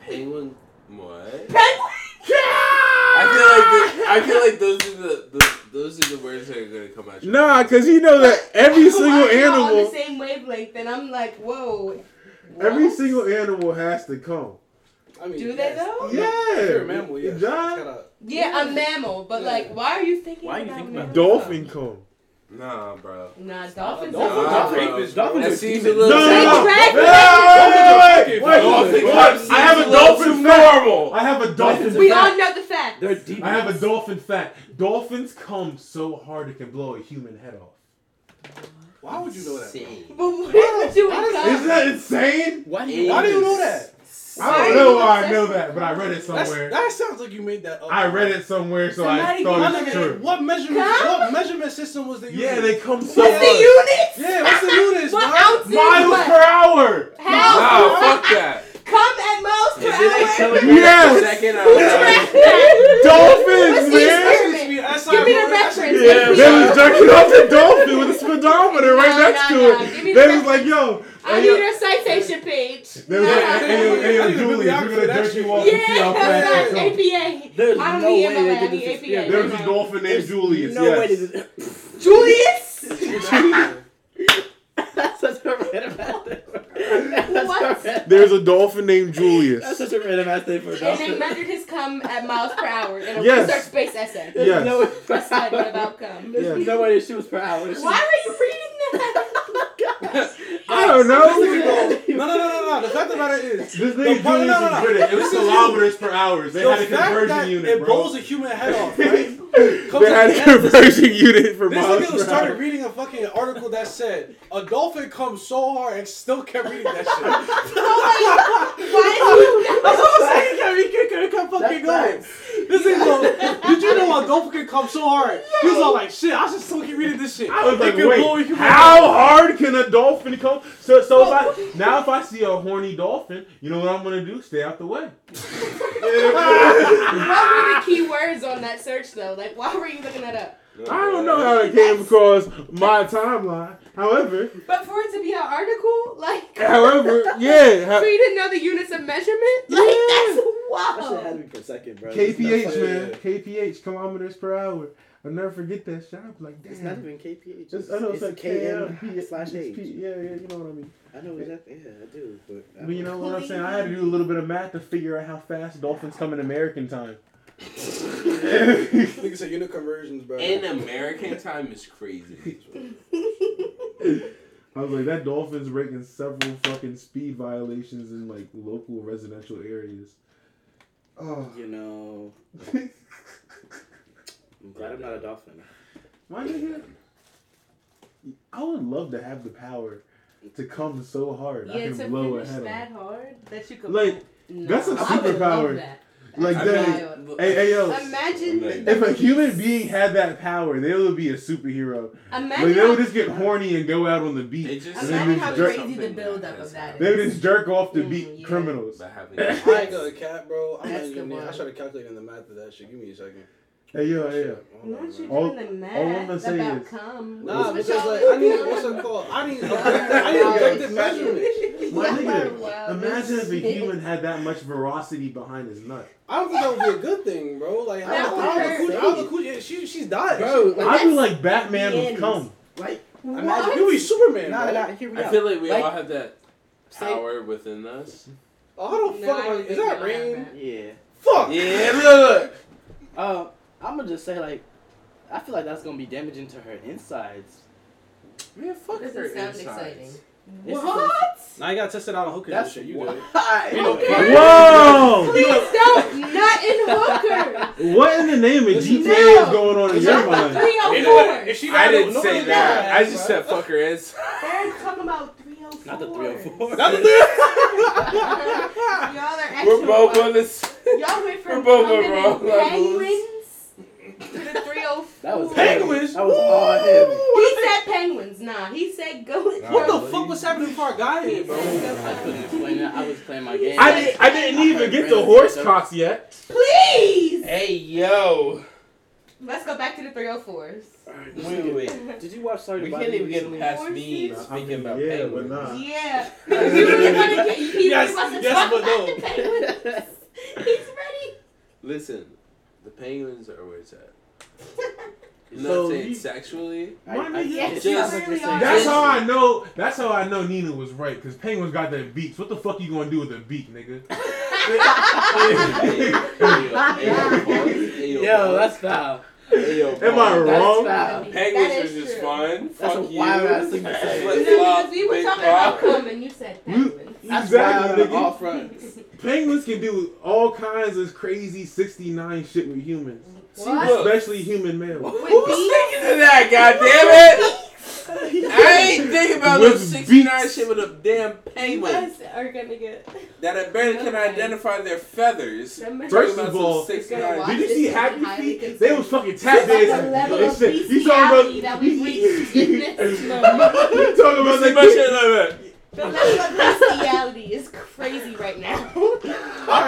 Penguin, what? I
I
feel like the, I feel like those are the, the those are the words that are gonna come out. your
Nah,
mouth.
cause you know that every single
Why are y'all on the
animal,
same wavelength, and I'm like, whoa.
every
What?
single animal has to cum.
I mean,
Do they though?
Yeah.
If you're a mammal, yeah.
John.
Yeah, a mammal, but
Yeah.
like, why are you thinking?
Why are you
about
thinking
mammals?
about
Dolphin cum.
nah, bro.
Nah, dolphins.
Dolphins
are dumb.
are rapists,
bro.
That
Dolphins
seems a
demons.
little.
No, no, no.
Wait,
No,
wait,
wait, wait,
wait,
Dolphin
wait.
cum seems
I have
a
a
little
dolphin
too
fact.
normal.
I have a dolphin
We
fact.
all know the fact.
They're deep.
I have a dolphin fact. Dolphins come so hard it can blow a human head off.
Why would you know that? bro?
But what
Insane.
are you doing?
Isn't that insane?
Why do
Why do you know
that?
I
Why
don't
are
know
you
why I
obsessed
know
with
that, but I read it
That's,
somewhere.
that sounds like you made that up.
I read it somewhere, so
Somebody-
I
My
thought it
nigga,
was true.
What measurement?
Huh?
What measurement system was they using?
Yeah, they come so
What's the
hard.
units?
Yeah, what's the units,
what
bro?
ounces?
Miles
What?
per hour.
How?
Nah, fuck that.
Come at most
Is
per
it
hour.
accelerated
Yes.
a second? I
What's the
Dolphins, man.
experiment?
Excuse me, that's
Give
not
me the
real- that's
reference.
not-
Yeah,
We
They
all-
was jerking off the dolphin with a speedometer right
No,
next
no, no.
to
Give me
it.
the
They was
reference.
like, yo.
I
hey,
need
yo.
a citation page.
They was
No.
like, hey, yo, hey,
I
yo,
need a
Julius, we're
bibliography,
gonna
that
jerk
shit.
you off and see
Yeah,
how fast
that's
that comes.
APA.
There's
I don't
no
need
way they
MLA, I
did
need
this.
APA.
Yeah,
There was a dolphin named Julius.
No way
yes.
did it.
Julius?
That's such a random ass thing. That's
What?
A random,
There's a dolphin named
that's
Julius.
such a random ass thing for a
And they
dolphin.
measured his cum at miles per hour in a
Yes.
research-based essay.
There's
Yes.
no way per
That's not
hour.
about cum.
There's
Yes.
no way this shit was per hour. This
Why were you reading that?
I don't know.
No, no, no, no, no. The fact of the matter is,
This nigga
The point-
Julius
no, no,
is
no.
good at it. It was
This is-
kilometers per hour. They
the
had a
fact
conversion
that
unit,
it
bro.
blows a human head off, right?
Comes
They had
out the
a
ass.
conversion unit for
This
miles
nigga
per hour.
started reading a fucking article that said a dolphin comes so hard and still kept reading that shit.
Why is
That's what I'm saying. Kept reading, kept- kept- kept fucking going. This is go. Did you know a dolphin can come so hard? He was all like, "Shit, I should still keep reading this shit."
I was
It
like,
could
wait,
blow, it could
how hard can a dolphin come? So, so if I, now if I see a horny dolphin, you know what I'm gonna do? Stay out the way.
What were the key words on that search though? Like, why were you looking that up?
I don't know how it came across my timeline. However,
But for it to be an article, like,
however,
so
yeah. ha-
you didn't know the units of measurement? Like,
Yeah.
that's
That shit had to
wow.
be per second, bro. It's not
KPH
fucking-
man,
Yeah.
KPH kilometers per hour. I'll never forget that shit. I was like, damn.
It's not even KPH.
It's- I know it's, like KM P- it's
slash H.
P- Yeah, yeah, you know what I mean.
I know exactly. Yeah, I do. But I
But you know what I'm
Please.
saying? I had to do a little bit of math to figure out how fast dolphins come in American time.
Nigga said unit conversions, bro.
In American time is crazy.
I was like, that dolphin's breaking several fucking speed violations in like local residential areas. Oh,
You know. I'm glad I'm not a dolphin.
my nigga, I would love to have the power to come so hard I
Yeah,
can
to
blow a
finish
head
that
off.
hard that you could.
Like,
No,
that's a
I would love
superpower.
that.
Like
I
that.
wild.
mean,
Hey, hey, yo.
Imagine
Like-
If a human being had that power, they would be a superhero.
Imagine
Like they would
how-
just get horny and go out on the
It
beach.
just
and
Imagine
then
how
just
crazy
jerk,
the
something
buildup
that
of
has
that
happened.
they would just jerk off to
Mm,
beat
yeah.
criminals.
By having-
I ain't gonna cap, bro. I'm not
That's the
even.
one.
I started calculating the math of that shit. Give me a second.
Hey yo, hey yo.
Hold
Not
on,
you
bro.
All-
doing the
all I'm
math
gonna say
about
is-
cum.
Nah,
That's
because
what
like
y'all
I need
do.
what's it called? I need objective, I need objective measurements.
My
Y'all are
nigga,
wild as
imagine if a
Oh, shit.
human had that much veracity behind his nut.
I don't think that would be a good thing, bro. Like
That
how
would
how the
hurt.
coochie, how the coochie, she she's dying.
Bro, like,
I'd be like Batman with
Yes.
cum.
like
Imagine you be Superman,
nah,
bro.
nah, here we
I
go.
feel like we
Like-
all have that
Say-
power within us.
Oh, how the
No,
fuck
I
am I,
don't
is
think
that
y'all have
rain?
that.
Yeah.
Fuck.
Yeah, look.
Um, I'm gonna just say like, I feel like that's gonna be damaging to her insides.
Man, fuck
Doesn't
her
sound
insides.
exciting.
This is-
What?
Now you gotta test it out on hookers
That's
and shit. You good?
why.
You know,
Whoa!
Please don't. Not in hookers.
What in the name of
Listen,
GTA is
no.
going on in your
Not the
mind?
304.
You know what?
she
I
got
didn't
no-
say
nobody
that.
got
I
ass,
just
bro.
said fuck her ass.
They're talking about 304.
Not the 304.
Not the three.
Y'all are actually.
We're both on this.
Y'all went from
We're both
coming in
wrong levels.
penguins to the 304.
That was
Penguins?
That was all him.
He said penguins. Nah, he said goat.
What the
Nah,
fuck was happening before I got here, bro?
I couldn't explain it. I was playing my game.
I didn't I didn't even get the horse cocks yet.
Please.
Hey yo.
Let's go back to the 304s.
Wait, wait, wait.
Did you watch Sorry
We
to
can't even get
get
past me
Horses?
speaking about
Yeah, but
penguins.
nah.
Yeah. Because you really want to get. He
Yes,
really wants to
yes,
talk
but
about
no.
the penguins. He's ready.
Listen, the penguins are where it's at. I'm not
So
saying
you-
sexually.
My
I-
nigga.
Yes,
you
just-
clearly
just-
are.
That's
Yes.
how I know. That's how I know Nina was right. Cause penguins got their beaks. What the fuck you gonna do with a beak, nigga?
Hey, yo,
Yo, that's foul.
Am I
That's
wrong?
foul.
That
Penguins
is
are just
true.
fun.
That's a
Fuck you.
wild ass thing to say.
No,
Flip
because
flop,
we were
big
talking about
flop.
cum and you said
You-
penguins.
That's
exactly,
wild on
nigga.
all fronts.
Penguins can do all kinds of crazy '69 shit with humans,
What?
look.
especially human males.
With
Who's
bees?
thinking of that? Goddamn it! I ain't thinking about no
With
69
beaks.
shit with a damn
You
penguin
guys are gonna get.
that I barely can
Okay.
identify their feathers.
First
Talking
of
about
all,
some
It's gonna
69
walk
Did you
This
see
is
Happy
highly
Feet?
considered.
They was fucking tap
That's
dancing.
the level
and
of
shit. You
bestiality
talking
that
about?
we've reached in this
you
moment.
talking about
Say
the
my shit like that.
The level of bestiality is crazy right now.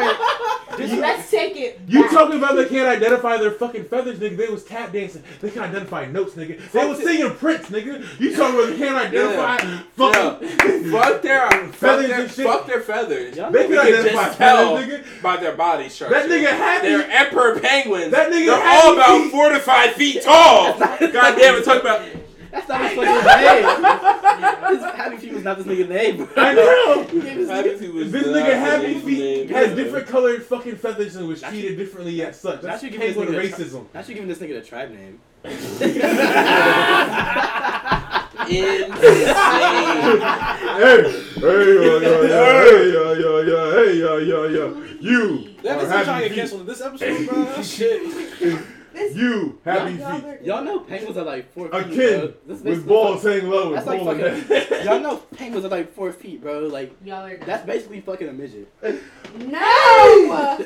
Let's take it.
You
back.
talking about they can't identify their fucking feathers, nigga? They was tap dancing. They can identify notes, nigga. They was singing Prince, nigga. You talking about they can't identify fucking
Yeah. Fuck their fuck
Feathers
their,
and shit.
fuck their feathers.
Y'all
They
know
can
You can
identify
just tell
feathers, nigga.
by their body structure.
That nigga
They're
happy.
emperor penguins.
That nigga
They're
happy
all about
feet.
four to five feet tall. God damn it, talk about
That's not his fucking name. His happy feet was not this nigga's name. bro.
I know.
You gave this nigga-
This nigga Happy Feet has different colored fucking feathers and was treated differently as such. That's
Not you giving this
penguin
nigga a
racism.
Now she giving this nigga the tribe name.
Insane.
Hey, hey, yo, yo, yo, hey, yo, yo, yo, hey, yo, yo, yo. You
That
are
is trying to
happy
get
feet.
canceled in this episode, bro. Shit.
This is.
You happy
Y'all
feet.
are-
Y'all know penguins are like four
A
feet.
kid
bro. This makes me
with balls hanging low and
That's like
rolling
fucking- fuck- Y'all know penguins are like four feet, bro. Like
Y'all are.
that's basically fucking a midget.
no.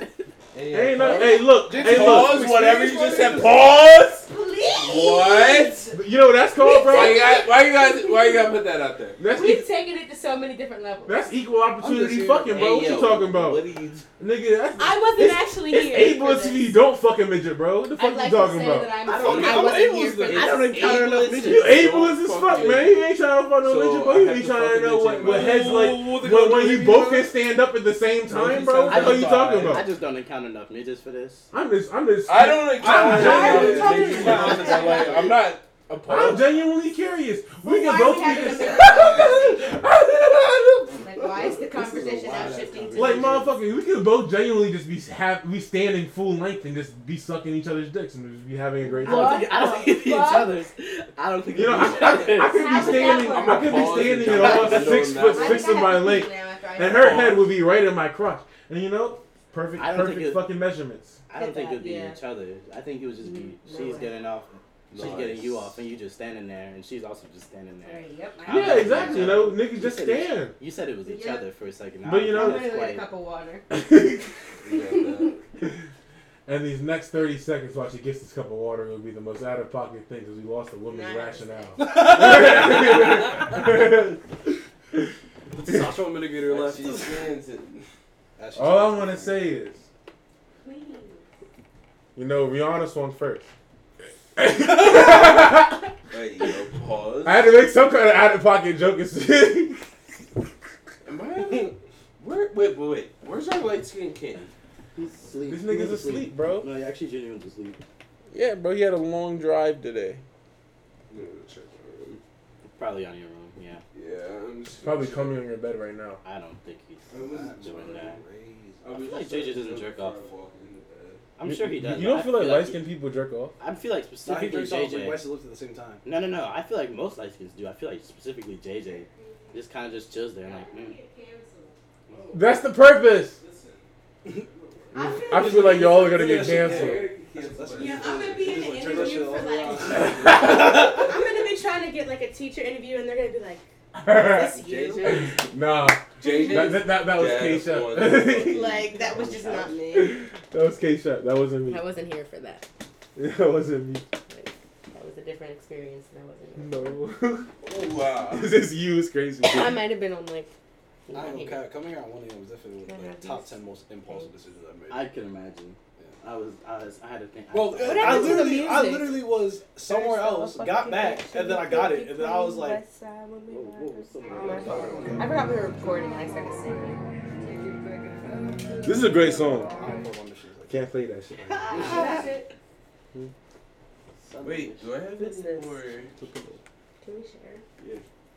Hey, no, hey, look, hey, look.
Pause, whatever you just said.
Pause.
Please.
What?
You know what that's called,
Why you
bro?
guys? Why you guys? Why you gotta put that out there?
That's e-
We've taken it to so many different levels.
that's equal opportunity
here.
fucking, bro. what
Hey, yo,
you talking about,
What are you?
nigga? That's
I wasn't
It's-
actually
it's
here.
able
for
as
this.
you don't fucking midget, bro. What the fuck
I'd like
you talking
to say
about?
that I'm.
I don't
I
know. Ableist
wasn't here for
is-
this. I don't encounter enough
Ableist is
midgets.
You ableist
so
as fuck,
fucking-
man. You ain't trying to fuck no
So,
midget,
I
bro. You
have
ain't
to
trying
fuck
to
a
know
midget
what
in
what
my
heads
life.
like
Ooh, they
when
gonna
when
do
you
me
both
wrong.
can stand up at the same time,
he
bro. What
sounds
the hell you
like
talking
that.
about?
I just don't encounter enough midgets for this.
I'm just, I'm just.
I don't encounter
I'm
any
genuinely
midgets in my life. Like, I'm not
I'm
opposed.
genuinely curious. We
Why
can
are
both
we
be
having
this.
a Like, why is the conversation now shifting to
Like motherfucker, we can both genuinely just be have we standing full length and just be sucking each other's dicks and just be having a great
I
time.
don't think I don't think each
Fuck.
other's. I don't think
You know, I,
each
I, I could
How
be
does that
standing,
work?
I could be standing at almost six foot
I
six
think
of
I
my
have to
length,
pee now after I-
and her head would be right in my crotch. And you know, perfect,
I don't think
perfect
it-
fucking measurements.
I don't think it would be
Yeah.
each other. I think it would just be
Mm,
she's
no.
getting off, she's
Nice.
getting you off, and you just standing there, and she's also just standing there.
Alright, yep, I-
don't
Yeah,
think
exactly. You
it's-
know, niggas just
said it's-
stand.
You said it was each
Yeah.
other for a second. I
But
don't
you
I'm
think
gonna
that's
get a
quite-
cup of water.
and these next thirty seconds while she gets this cup of water will be the most out of pocket thing because we lost a woman's
Nice.
rationale.
Put the Sasha on mitigator left.
She stands it.
All I want to say is,
Please.
you know, Rihanna's one first.
Hey, yo, pause.
I had to make some kind of out of pocket joke. and shit.
Am I having? Where? Wait, wait, wait. Where's our light skinned kid?
He's asleep.
this nigga's
He's
asleep, bro.
No, he actually genuinely asleep.
Yeah, bro. He had a long drive today.
Probably on your room. Yeah,
Yeah, I'm just
Probably coming on your bed right now.
I don't think he's doing that.
I
feel like JJ doesn't jerk off. I'm
You-
sure he does.
You don't
I
feel like light skinned people jerk off?
I feel like specifically JJ.
lips at the same time.
No, no, no. I feel like most light skins do. I feel like specifically JJ just kind of just chills there and like, mm.
That's the purpose. I
Mm.
I
feel like y'all are gonna get
That's- that's-
canceled.
Yeah, I'm gonna be in the
Turn that shit
interview for
all
like. I'm gonna be trying to get like a teacher interview, and they're gonna be like, "Is "This you."
nah, that, that, that, that was
Dad
K Shep.
won the
Like that was just not me.
that was K Shep. That wasn't me.
I wasn't here for that.
That wasn't me.
That was a different experience, and I wasn't. Here.
No.
Oh, wow.
this is you. It's crazy.
I might have been on like.
I
not
don't
here.
care. Coming here on one of them was definitely one of
Yeah,
the top
these-
ten most impulsive decisions I
I
made.
can imagine. I was, I was, I had to think.
uh,
Well,
I,
I
happened to the
literally, I
music?
literally was somewhere else, got back, and then I got it, and then I was like,
I forgot we were recording. I started singing.
This is a great song.
I don't know why my shit is like-
Can't play that shit.
Son of a
Wait,
bitch.
do I have any
Business.
more?
Can we share?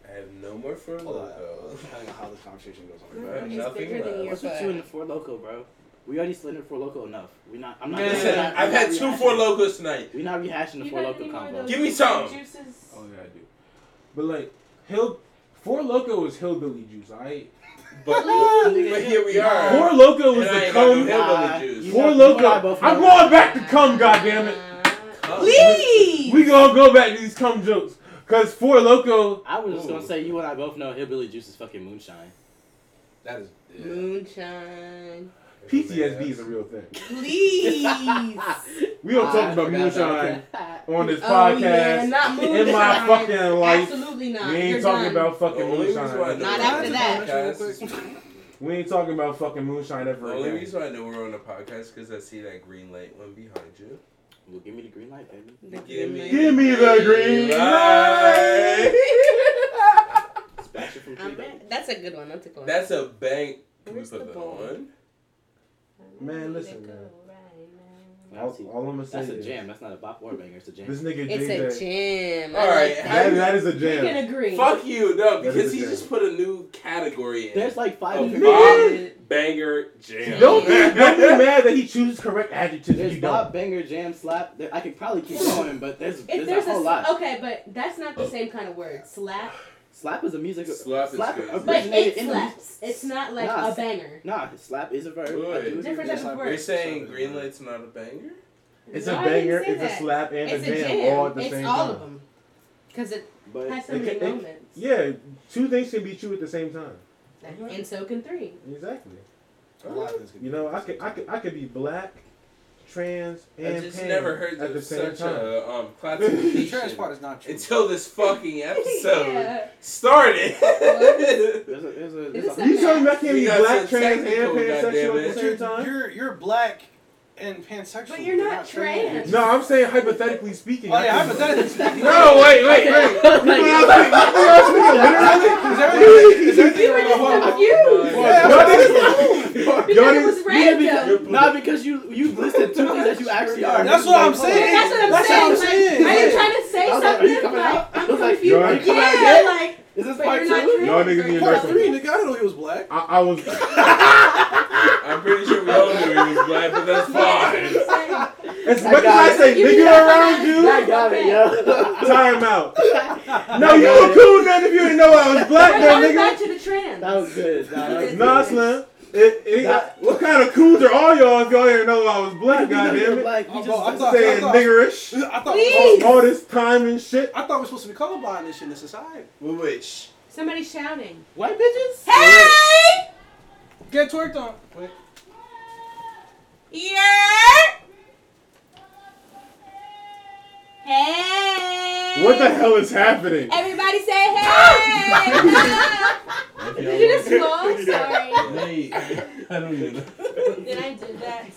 I have no more for a
Hold on,
logo.
depending on how this conversation goes on.
I have
He's
nothing
bigger than
left.
you.
What's with you in the four loco, bro? We already slandered four loco enough. We not. I'm not.
Man,
we're
listen,
not-
I've
we're
had
not
two
rehashing-
four logos tonight.
We're not rehashing the four loco combo.
Give me some.
Juices.
Oh yeah, I do. But like, Hill, Four Loco was hillbilly juice, alright?
But,
Nigga,
but here we are.
Four Loco was
And I
the
ain't got no
cum.
hill-
Nah,
hillbilly juice.
you
Four
know- you and I
Loco.
both
I'm
know.
going back to cum, goddammit.
Please.
We gonna go back to these cum jokes. Cause Four Loco.
I was just
Ooh.
gonna say you and I both know hillbilly juice is fucking moonshine.
That is. Yeah.
Moonshine.
PTSD is a real thing.
Please.
We don't
I
talk about
forgot
moonshine
that.
on this
Oh, yeah,
podcast.
not
In my
moonshine.
fucking life,
Absolutely not.
we ain't
You're
talking
done.
about
The
fucking
only reason why I
moonshine.
know
Not
we're
after
on
that.
the podcast is-
We ain't talking about fucking moonshine
The
ever
only
again.
reason why I know we're on the podcast because I see that green light one behind you.
Well, give me the green light, baby.
Give me-
Give me the green light.
Splash it from
I'm
three. baby.
back. That's a good one. That's a good one.
That's a bank. Can we
Where's the
put that
ball?
on?
Man, listen, man. All,
That's,
all I'm gonna say
that's a
is
jam. That's not a bop or a banger. It's a jam.
this nigga
It's a
JJ.
jam.
All right,
I
That,
like
that is a
that. We can
jam.
agree.
Fuck you, no,
That
because
is a
he
jam.
just put a new category in.
There's like five.
a
different-
bop, banger, jam.
Don't be, don't be mad that he chooses correct adjectives.
There's
You don't.
bop, banger, jam, slap. There, I could probably keep going, but there's
If
there's,
there's
a whole
a
lot.
okay, but that's not the same kind of word. Slap,
Slap is a music.
Slap is
slap
crazy.
but
originated
it
in the-
slaps. It's not like
Nah,
a banger.
Nah, slap is a verb. I do
Good.
agree with
Different
that.
type of
You're
word.
saying green light's not a banger?
It's
No,
a
I didn't
banger,
say
it's a
that.
slap, and
It's
a jam, all at the
it's
same
all
time.
of them. Because it
But
has so
It
many
can- it-
moments.
Yeah, two things can be true at the same time.
And so can three.
Exactly.
A lot of things can
You
be
know,
done
I
at the
could,
same
I could, I could be black, trans, and
I just
pan
never heard
at
there
the
was
same
such
time.
a um,
The trash
classification
part is not true.
until this fucking episode
yeah.
started.
there's a, there's a,
It
there's
is
a,
a
You telling me I
mess.
can't
We
be
got
black,
some
trans, and
technical,
pansexual
goddammit.
at the
But
same
you're,
time?
you're you're black and pansexual.
But you're not
straight.
trans.
No, I'm saying hypothetically speaking.
Oh
I
yeah,
can-
hypothetically speaking.
No, wait, wait, wait. You think I was thinking literally?
Is everything? Is everything?
You were just
hold on, hold on.
confused.
Yeah,
Y'all
Because
niggas- y'all
that's-
it was
niggas-
random.
Not because you you listed two things that you actually are.
That's what I'm
Like,
saying.
That's what I'm
That's
saying.
what I'm
like,
saying.
Are you trying to say
I was like, are you
something?
coming
Like,
out? I
I'm
was like,
confused.
are you
Like,
coming out
yeah,
yet?
like,
Is this
but
part
you're not
two?
trans.
Y'all niggas need to
Part
know
three, nigga. I didn't know he was black.
I, I was.
I'm pretty sure we all knew he was black, but that's fine.
Yeah,
As
I
much as
got
I
it.
say
You
nigga
know how that-
around you,
I got it, yo.
time out. No,
I
you
got
were
it.
cool then if you didn't know I was black
We're going
then,
back to the trans.
That was good. Nah, that was
nigga.
good.
Nah, Slim. It, it,
That-
what kind of coons are all y'all if y'all didn't know I was black,
You know you're
goddammit?
black. You
Oh,
just-
bro, I thought-
Saying niggerish.
I thought.
Please.
All this time and shit.
I thought we were supposed to be colorblind and shit in this society.
Wait, wait, shh.
Somebody's shouting.
White bitches?
Hey!
Get twerked on. Wait.
Yeah! Hey!
What the hell is happening?
Everybody say hey! Did you just smoke? Sorry.
Wait, I don't even know.
Did I do that?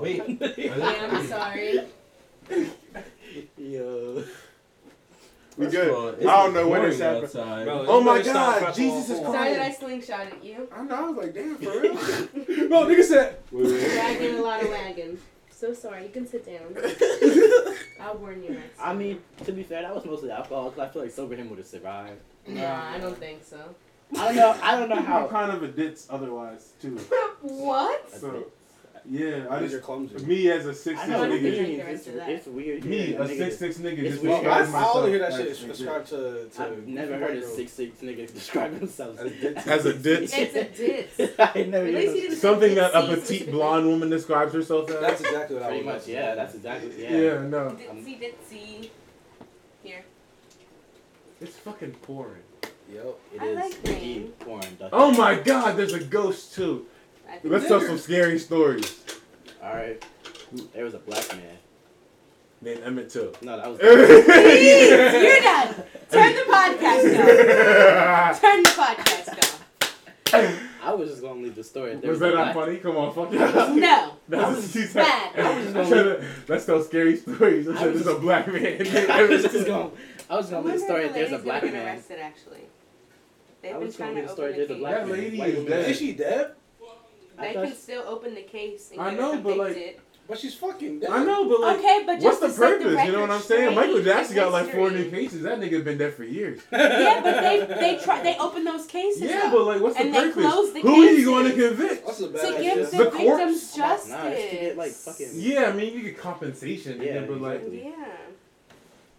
Sorry.
Wait.
Yeah, I'm sorry.
Yo.
We good. I don't know what is happening. Oh my God, Jesus is
Sorry that I slingshot at you.
I know. I was like, damn, for real.
No, nigga said.
Dragging a lot of wagon. So sorry. You can sit down. I'll warn you next.
I mean, to be fair, that was mostly alcohol because I feel like sober him would have survived.
Nah, I don't think so.
I don't know. I don't know
I'm
how.
kind of a ditz otherwise too.
what?
So yeah, I
Niggas are
just
clumsy.
me as a six six
I know
Nigga.
nigga.
opinions. It's, it's weird.
Me
hearing
a
nigga
six six nigga.
It's
Just
weird.
Well, I,
describes
I only hear that
myself
shit
as
is
a dick.
ascribed to. to
I've never heard a
white
six six nigga describe themselves
As dits.
As a dits.
It's a ditz.
I never.
At
heard
least
those-
you didn't
Something
say
that a
ditzy
petite blonde woman describes herself
girl.
as.
That's exactly what I
Pretty
was.
much, yeah. That's exactly.
yeah.
Yeah.
no.
specifically. Ditzy, ditzy. Here.
It's fucking pouring.
Yep.
It
I
is
like green.
deep porn. Dutch.
Oh my God, there's a ghost too.
I think
Let's tell some scary stories.
All right. There was a black man.
Then Emmett Till.
No, that was.
Please, you're done. Turn the podcast off. Turn the podcast off.
I was just gonna leave the story. There
Was
a
that not
black-
funny? Come on, fuck it.
No.
That's what she said.
bad. I was
just
I
gonna-
said, Let's tell scary stories. I
I
said, this
was
is a
just-
black man.
I was just gonna. I was
I
gonna
wonder
leave the
if
story.
the
There's a
lady's
black
been
man.
arrested, actually. They've
I
been
was
trying
gonna leave
to
the story.
open
There's
the
a
case.
black man.
That lady
White
is
woman.
dead.
Is she dead?
They
I
can
thought-
still open the case and
I
get
know,
her
but, like,
convicted.
But she's fucking dead.
I know, but like,
okay, but
what's
just
the
to set
purpose?
The
you know what I'm
record
saying? Michael
straight,
Jackson got like four new
history.
cases. That nigga been dead for years.
Yeah, but they they try they open those cases.
yeah,
up
but like, what's
And
the
they
purpose?
closed the
Who are you going to
cases.
convict?
That's a bad
to
idea.
give the,
The corpse?
victims justice.
Nah, it's to get, like, fucking-
Yeah, I mean, you get compensation,
Yeah,
nigga, but like,
Yeah.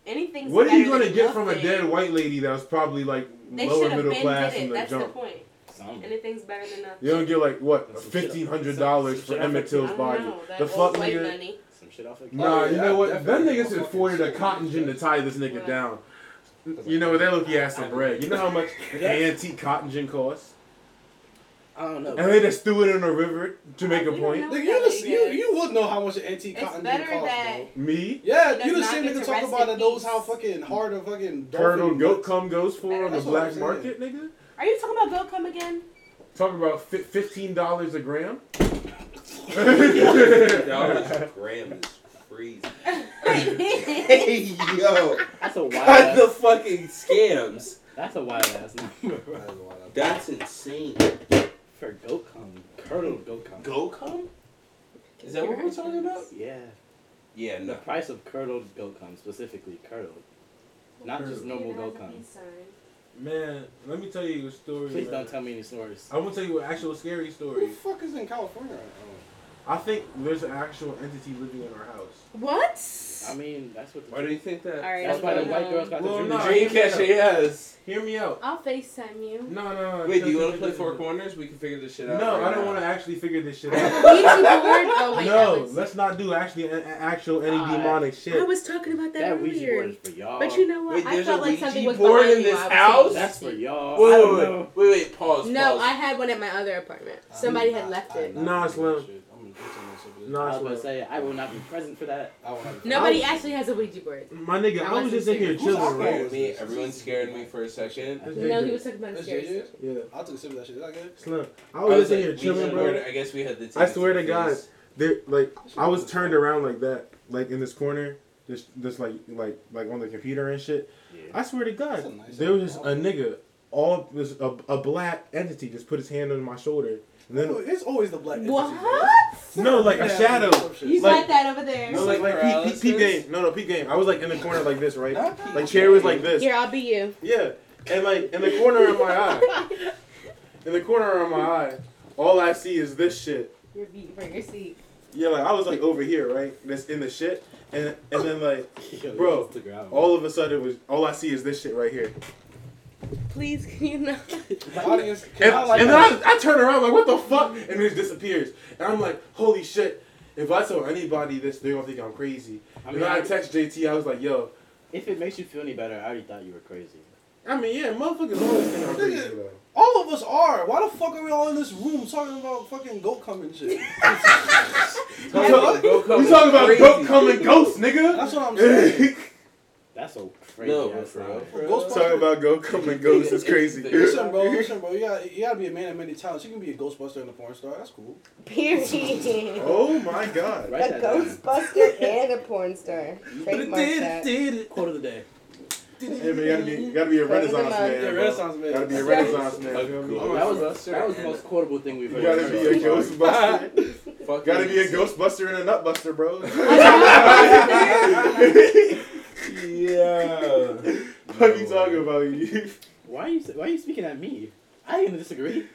Anything's
what are you
better
going to
than
get from a
nothing.
dead white lady that was probably like
They
lower
should have
middle
been
class
did it.
from the
That's the
jump?
point.
Some.
Anything's better than nothing.
You don't get like what
Some shit-
fifteen hundred dollars
some
for
shit-
Emmett
I
Till's
don't
body.
know. That
The
old
fuck
white
nigga.
money.
Some shit off of.
Nah,
Oh,
you
yeah,
know what? Them
definitely.
niggas just
Fucking
afforded a
shit.
cotton gin to tie this nigga
Right.
down. You know they're looking at some bread. You know how much an
Yeah.
antique cotton gin costs,
I don't know.
and they just threw it in a river to make
We
a
don't
point.
know that
Nigga, you, just, you,
nigga.
you would know how much an antique
It's
cotton gin
better
costs, bro.
that-
Me,
Yeah,
Does
you the
not
same
get
nigga
to
talk
rest
about
in
that knows
peace.
how fucking hard a fucking
curdled
dolphin-
goat cum goes for on the
That's what I'm
black market,
saying.
nigga.
Are you talking about Goat Come again?
Talk about fi- fifteen dollars a gram.
Dollars a gram is crazy.
That's
Hey yo,
That's a wild.
cut the
ass,
fucking scams.
that's a wild ass number
That's insane.
for goat cum. Curdled goat cum.
Go come? Is that what we're talking about?
Yeah.
Yeah,
The
no.
price of curdled goat cum, specifically curdled, not just
Curdled.
normal goat cum.
Man, let me tell you a story.
Please
man.
don't tell me any stories.
I want to tell you an actual scary
Who
story.
the fuck is in California right now?
I think there's an actual entity living in our house.
What?
I mean, that's what. The,
Why do you think that?
All right.
that's why the
I'm
white girls got
Well,
the
no,
dream.
Dream catcher, yes.
Hear me out.
I'll FaceTime you.
No, no, no.
Wait, do you
no,
want to
no,
play
no,
Four
no.
Corners? We can figure this shit out.
No,
right
I don't
now.
want to actually figure this shit
Ouija
out.
board? Oh wait, that
no,
was-
let's not do actually a, a- actual any
Ah,
demonic
I
shit.
was talking about that,
That Ouija board
earlier.
is for y'all.
But you know what?
Wait,
I
there's
felt
a
like something
Ouija
was
board
behind
in
you.
this
I was
house?
like,
that's for y'all. I
Wait,
don't
wait,
know.
wait, wait, wait, pause.
No,
pause.
I had one at my other apartment. Somebody had left it.
Nah, it's low.
No,
Nah,
I was
it's
gonna
what-
say I will not be present for that.
Nobody actually has a Ouija board.
My nigga,
I
I was
wasn't
just in here
serious.
chilling,
Who's
right?
alcohol?
Scared me. Everyone scared me for a second.
This
No,
nigga-
he was talking about the
That's
stairs.
JJ.
Yeah,
I took a sip of that shit. Is that good?
Slim. I
I
was
was
just in
like,
here
we
chilling,
should
bro.
order- I guess we had the.
I swear to
tickets
God,
first.
there like I was turned around like that, like in this corner, just just like like like on the computer and shit. I swear to
That's a
God,
nice
there was just a
album.
nigga, all this a, a black entity just put his hand on my shoulder. And
Oh,
then
It's always the black.
What?
no, like a
Yeah,
shadow.
some shit.
You
Like-
got that over there.
No, like like peep, peep, peep
Paralysis?
game. No, no peep game. I was like in the corner like this, right?
Not peep
Like chair was like
game.
this.
Here, I'll be you.
Yeah, and like in the corner of my eye, in the corner of my eye, all I see is this shit.
Your beat for your seat.
Yeah, like I was like over here, right? That's in the shit, and and then like
Yo,
Bro,
that's the ground.
all of a sudden it was all I see is this shit right here,
Please, can you not?
The audience.
and,
I like
and
that.
then I, I turn around like what the fuck, and it disappears, and I'm like holy shit. If I tell anybody this, they're gonna think I'm crazy.
I
and
mean,
then I
I-
text JT, I was like, yo,
if it makes you feel any better, I already thought you were crazy.
I mean, yeah, motherfuckers always think I'm crazy though.
All of us are. Why the fuck are we all in this room talking about fucking goat cum and
Go
shit? What?
Go Cubs.
We talking about
Crazy.
goat coming ghosts, nigga.
That's what I'm saying.
That's so crazy.
No,
ass
for
line.
real. for real.
Ghostbusters.
talking about goat coming ghosts is crazy.
Listen, bro. Listen, bro. You gotta, you gotta be a man of many talents. You can be a Ghostbuster and a porn star. That's cool.
Period.
oh my god.
Write that down.
Ghostbuster and a porn star. Trademark that.
Quote of the day.
Hey man, you gotta be, you gotta be a renaissance man.
Yeah,
bro.
Renaissance man.
Gotta be a
Yes.
renaissance man. you feel me?
That was, that was the most quotable thing we've
You
ever
gotta be a
heard.
ghostbuster.
Fucking-
gotta be a ghostbuster and a nutbuster, bro.
Yeah.
what you talking about? You?
Why are you why are you speaking at me? I didn't disagree.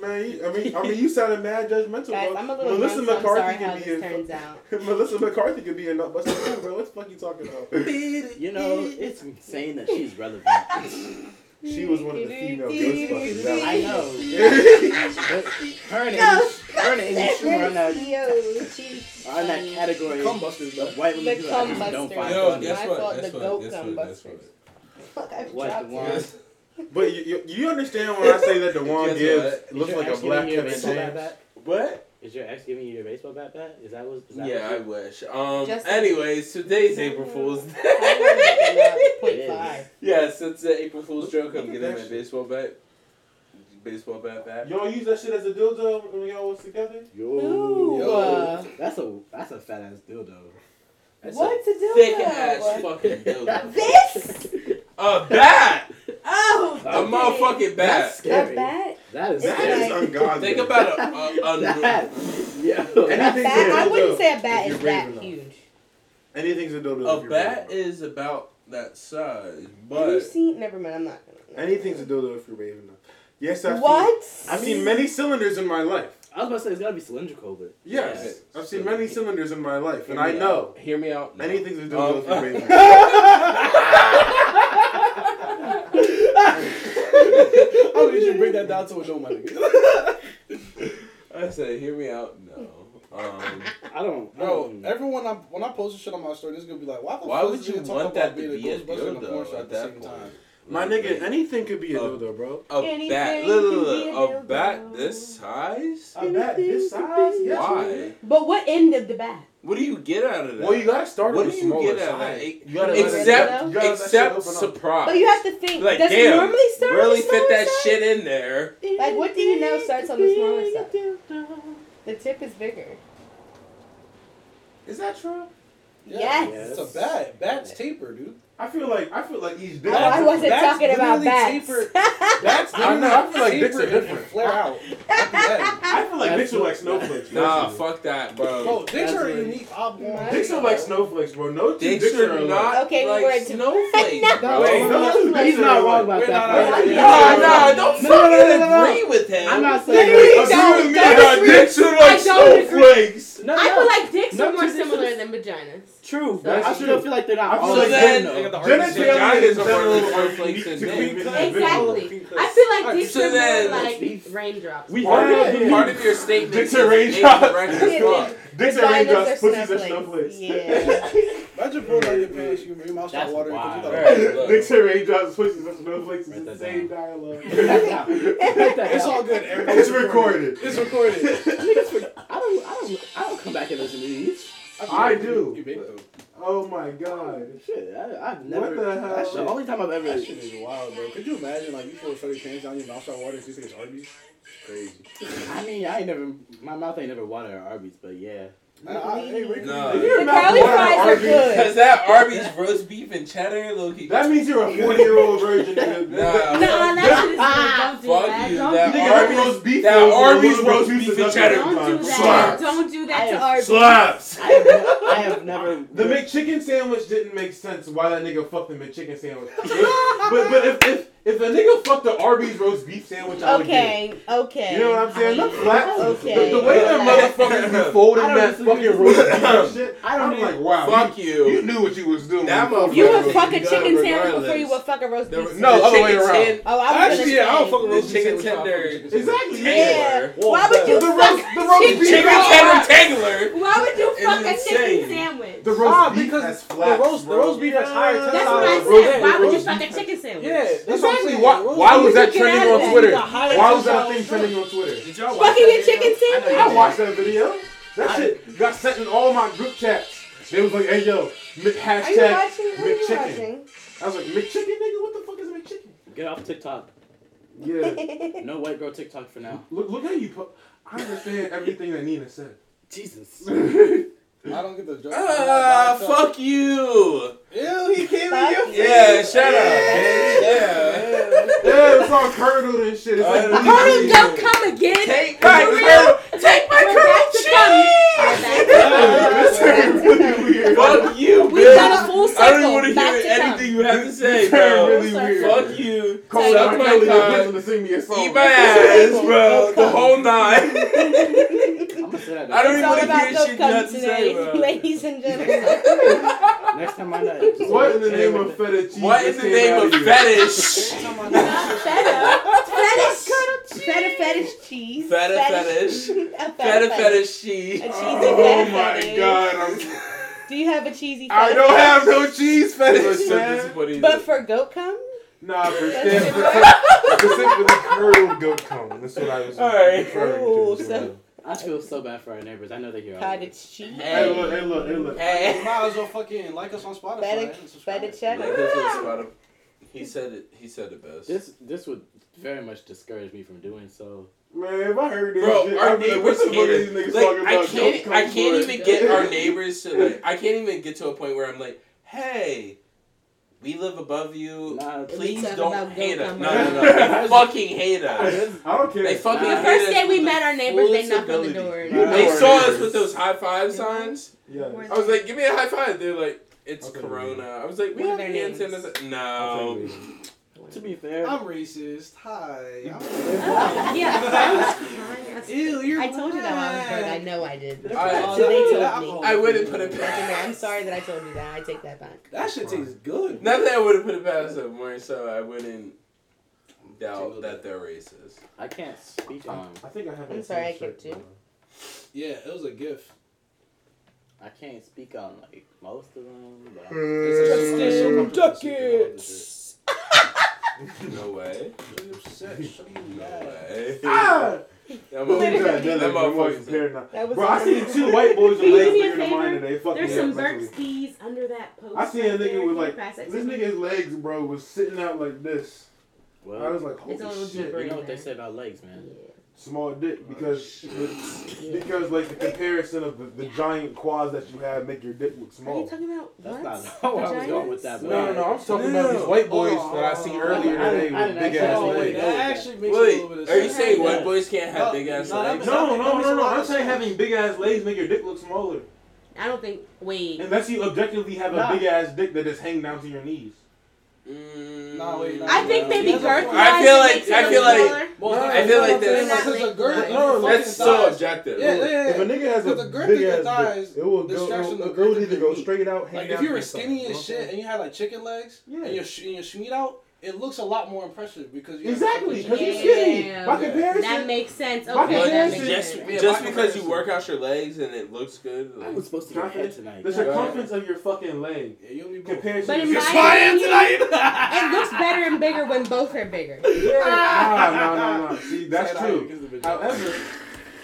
Man, you, I mean, I mean, you sounded mad judgmental,
Guys,
bro.
I'm a little
Melissa
drunk, so I'm
McCarthy
sorry
can
how
be
this
a-
turns out.
Melissa McCarthy could be a nutbuster too, bro. What the fuck you talking about?
You know, it's insane that she's relevant. I
She was one of the female ghostbusters. that was-
know. But her and Amy, her and Amy Schumer on that,
Yo, she's
are in that
Um,
funny.
category
Cum busters, though.
of white women
The
who I just
cum
don't
busters.
find
Yo,
funny.
guess I
guess what?
thought
Guess
the
what?
goat
Guess
cum
what? Guess
busters.
what?
Fuck, I've
What,
dropped
the
it.
one-
Guess-
But you, you, you understand when I say that the one
Guess
Gibbs
what?
looks
Is your
like a
ex
black
giving you a
Kevin James.
baseball bat back?
What?
Is your ex giving you your baseball bat back? Is that what? Is that
Yeah, I
what
wish. Um.
Just-
Anyways, today's April Fool's
I'm
Day.
looking up
It
0.5.
yes, it's an April Fool's joke. I'm
Look at
getting
that
my
shit.
baseball bat. Baseball bat back.
Y'all use that shit as a dildo when y'all was together?
Yo,
Ooh. uh,
that's a that's a fat ass dildo. That's
What to do?
Thick
with?
ass fucking dildo.
This?
A bat.
Oh.
A
Okay.
motherfucking
A,
bat.
that's scary.
A bat?
That is
That
scary.
is ungodly.
Think
uh,
about a, a, a
That, yo,
And
A
Anything's
bat? I
dildo
wouldn't say a bat
if
is
you're brave
that
enough.
huge.
Anything's a dildo.
A
if you're
bat
brave enough.
is about that size,
Have you
but
seen? Never mind. I'm not.
Anything's a dildo if you're brave enough. Yes, I've Seen,
What?
I've seen many cylinders in my life.
I was about to say it's gotta be cylindrical, but
Yes,
Yes.
I've seen many cylinders in my life, and I know
hear me out.
anything's a
Um,
dildo if you're brave enough.
How did you bring that down to a no, my nigga?
I said, hear me out. No. Um,
I don't. I
Bro,
don't-
everyone, I'm, when I post this shit on my story, this is gonna be like, why the
Why
fuck
would
is
you
this nigga
want
talking
that
about
to
being a
be a
Ghostbuster and a porn
dildo
star
at
at the
that
same
point?
time?
My nigga, anything could be a
Um,
dildo, bro.
A
Anything
bat,
can
look,
be
look,
a
look, a
dildo.
bat this size?
A bat this size? Yes,
Why?
But what end of the bat?
What do you get out of that?
Well, you gotta start
What
with
do
a
you
smaller
get out of
size.
that?
You gotta let it-
except
you gotta let that shit
except
open up.
surprise.
But you have to think.
like,
does
damn,
it normally start? on
really
the
fit
smaller
that
side?
shit in there.
Like, what do you know starts on the smaller side? The tip is bigger.
Is that true?
Yeah,
Yes.
It's a bat. Bat's taper, dude.
I feel like I feel like
Oh,
each dick.
Oh,
I wasn't
That's
talking about
literally
bats.
cheaper. That's
I know, I feel like dicks are
cheaper and
different.
Flare out. at the end.
I feel like dicks are like
Absolutely.
snowflakes.
Nah, fuck that,
Bro,
bro.
dicks are a
Absolutely.
unique oblong.
Dicks are like snowflakes, bro. No two
Dicks are
alike.
not
Okay, we were
like
t-
snowflakes,
No.
bro.
Wait, no two
He's
dicks
not
are
wrong
alike.
about
We're
that.
not
part.
arguing.
No, no, don't fucking
No, no, no, no, no.
agree with him.
I'm not saying.
Literally,
Agree
don't-
with me,
don't
nah,
agree.
dicks are like
I don't agree.
snowflakes.
No,
I
no.
feel like dicks
No,
are more
this is-
similar than vaginas.
True, but
That's
I still
true.
feel like they're not
I feel
all
so
like
the
then,
same, though.
Genitalia
Vaginas
in
are more
general are
snowflakes
unique
than
to
men.
people.
Exactly. I feel like dicks
so
are
then-
more like raindrops.
We
Part
yeah,
of,
yeah.
part of your statement
Dicks
is
are raindrops.
incorrect as fuck.
Dicks
Vaginas
are raindrops,
are
pussies are
snowflakes.
snowflakes.
Yeah.
Imagine pulling out your pants, you- your mouth start
That's
watering because
wild.
you thought
Right.
Dicks are raindrops, pussies are snowflakes. It's
Write
the
that
same
down.
dialogue.
What the
It's
hell?
all good. Everybody-
It's recorded.
It's recorded.
Niggas for- I don't, I don't, I don't come back and listen to these.
I do.
You big though.
Oh my god.
Shit, I, I've never.
the hell?
That's the only time I've ever.
That shit is wild, bro. Could you imagine like you pull a your pants down, your mouth start watering because you think it's Arby's? Crazy.
I mean, I ain't never. My mouth ain't never watered at Arby's, but yeah.
I, I, hey, Rick,
No.
Did you
The curly
imagine what an
fries are
Arby's-
good.
Because that Arby's roast beef and cheddar, low key.
That means you're a 40 year old virgin. nigga.
Nah.
No,
That-
that shit is Don't do
Fuck
that.
you.
Don't
That
do
Nigga,
that.
that
Arby's.
roast beef.
that
goes with
Arby's
little
roast
pieces
beef and
of
cheddar.
nothing.
Don't do that.
Slaps.
Don't do that to
I-
Arby's.
Slaps.
I have, ne- I have never.
The McChicken sandwich didn't make sense why that nigga fucked the McChicken sandwich. If- but but if, if if a nigga fucked the Arby's roast beef sandwich, I would get it.
Okay, okay.
You know what I'm saying? Not flat.
Okay.
The, the way that
Okay.
motherfuckers be folding
I don't
that
disagree
fucking
with
roast
you.
beef and shit,
I don't
I'm
need-
like, wow.
Fuck you.
you, you knew what you was doing.
That
when
You
motherfucker
you fucked
would
that
fuck a
roast beef.
chicken sandwich
regardless.
before you would fuck a roast
The-
beef.
the
No, other way
chicken
around.
tin-
Oh, I was
Actually, yeah, I
gonna
don't
say.
fuck with roast
The
beef
chicken
sandwich, I fuck
tender.
with chicken sandwich.
Exactly.
Yeah. Why would you
The
fuck
roast,
a
the roast beef.
chicken
Chicken
sandwich?
tender tangler.
Why would you
It's
fuck a
insane.
chicken sandwich?
The roast
Ah,
beef
because
has
the
flaps,
roast- the
bro.
roast beef has higher
Yeah.
That's what I
Roast-
said. Why would you
roast-
fuck a chicken sandwich?
Yeah, that's what I'm saying.
Exactly. Why,
Roast
why
beef.
was that
Get
trending
out of
on
that.
Twitter?
You
got hired
Why
to
was that
sell
thing
shrimp.
trending on Twitter?
Did y'all watch
Fucking
that
your
video?
chicken
I know you
sandwich?
I
did.
watched that video. That shit got sent in all my group chats. They was like, "Hey yo, Mc-
Are you
hashtag
watching? What are you
McChicken."
watching?
I was like, "McChicken, nigga, what the fuck is McChicken?"
Get off TikTok.
Yeah,
No white girl TikTok for now.
look, look how you put. I understand everything that Nina said.
Jesus.
I don't get the joke.
Ah, fuck you.
Ew, he came in your
Fuck
face.
Yeah, shut up, bitch. Yeah.
yeah, it's all curdled and shit. It's
Uh,
like
Turtles don't come again.
Take my curl. Take my curl.
That's really weird.
Fuck you,
We've
bitch.
done a full
I don't
circle.
even want to
Back to
hear
come.
anything you have to say,
Turned
bro.
really
Full
weird.
Fuck you.
Cole
Suck my
Kelly
cock.
was to sing me a song.
Eat my ass, bro. The whole nine.
I'm gonna say that
I don't
It's
even
all
want to
about
hear shit
those
you have
cunts
to say,
today,
bro.
ladies and gentlemen.
next time I know. just-
What in the name of feta cheese?
What in
just
the
came
name
out
of
you?
fetish?
feta. Fetish. Feta fetish cheese.
Feta
fetish. A
Feta fetish she.
A cheesy
Oh
feta
my
fetish.
god! I'm,
Do you have a cheesy fetish?
I don't have no cheese fetish, man.
But
But
for goat cum?
Nah, for
That's
stand
different.
for specifically curled goat cone. That's what I was
All right.
referring
Ooh,
to.
so-
I feel so bad for our neighbors. I know they hear all of this.
Cottage cheese.
Hey.
Hey, look, hey, look, hey, look.
You
hey,
might as well fucking like us on Spotify.
Better-
and subscribe.
Feta cheddar.
Like this is about him. He said it. He said it best.
This this would very much discourage me from doing so.
Man, if I heard this
Bro,
shit,
our
I'd be like,
neighbors
what the fuck are
here,
these
like
niggas talking about?
I can't,
Goat
I
cone
can't
for?
even get our neighbors to like. I can't even get to a point where I'm like, hey, we live above you.
Nah,
Please
talk
don't
about
hate us.
goat
No,
cum.
no, no. They fucking hate us.
I don't care.
They fucking
Nah.
The
hate
first
us
day we
with
met our neighbors, they
fullest
knocked on the door.
ability.
You
They
know our
saw us
neighbors.
with those high five signs.
Yeah.
Where-
I was like, give me a high five. They're like, it's
Okay.
Corona. I was like,
What
we
are
have
their
hand
names?
sanitizer. No.
To be fair,
I'm racist. Hi.
Oh,
I'm-
yeah, I was crying.
Ew, you're
I told you that while I was hurt. I
black.
know I did.
I-
So they told me.
Alcohol.
I wouldn't put it
Like, you know, I'm
past.
sorry that I told you that. I take that back.
That shit tastes good.
Not that I would have put it past them more, so I wouldn't doubt that they're racist.
I can't speak on.
um, I think I have.
I'm
that
sorry,
same
I
shirt,
kicked you.
bro.
Yeah, it was a gift.
I can't speak on like most of them. But I-
Mm.
It's
No way. No
Duckets.
way.
Ah!
That
That
motherfucker- that
motherfucker's
motherfucker.
compared now.
That was
Bro, I seen two white boys with
Can you do
legs
me a
bigger than mine,
favor?
and they fucked
There's
me up
some
mentally.
Burke's Tees under that post.
I seen a
right there.
nigga with
Can you
like
pass that to
this
me?
nigga's legs, bro, was sitting out like this. I
well,
was like,
It's a
holy
little
shit.
deeper.
you know what they say about legs, man.
small
Oh,
dick because because like the comparison of the, the giant quads that you have make your dick look
Are you
small.
talking about
That's
what?
not how I was going with that.
No,
but-
no, no. I'm talking about these white boys that I seen earlier
I
today
didn't- Oh, I
with
didn't
big
actually
ass
know
legs.
that.
That actually makes a
Wait,
little bit of
are you
sense.
saying
Yeah.
white boys can't have
No,
big ass
no, that
legs?
makes-
No,
that
no,
makes
no,
a
no.
lot
I'm
of
saying
sense.
having big ass legs make your dick look smaller.
I don't think. Wait.
Unless you objectively have a
Nah.
big ass dick that is hanging down to your knees.
Mm.
Nah, wait, nah.
I think maybe
That's a
girth.
point.
I
wise,
feel
it
like-
makes it
I
look
feel like-
smaller.
I feel like
this.
this-
Because the girth, no,
That's so objective.
Yeah, yeah, yeah.
If a nigga has
With
a
the girth
big
of your
ass
thighs,
dick, it will go.
distraction
It
of
will,
the
it will
girth of
either
your
go
meat.
straight out, hang
Like
down
if
to
you were
your stomach,
skinny as
okay?
shit and you had like chicken legs
Yeah.
and your sh- and your schmeat out, it looks a lot more impressive because you have
Exactly,
chicken
because
legs.
you're skinny.
Yeah.
By
Yeah.
comparison,
That makes sense.
Why
Okay,
can't
that
you
makes
just-
sense.
Yeah,
just
by
because you
comparison.
work out your legs and it looks good,
I
like,
was supposed to get head tonight.
the
God.
circumference of your fucking leg
Yeah, you'll be both.
compared to
But in
your
my opinion,
tonight.
it looks better and bigger when both are bigger.
Ah, no, no, no. See, that's
Say that
true.
because of the bitch.
However,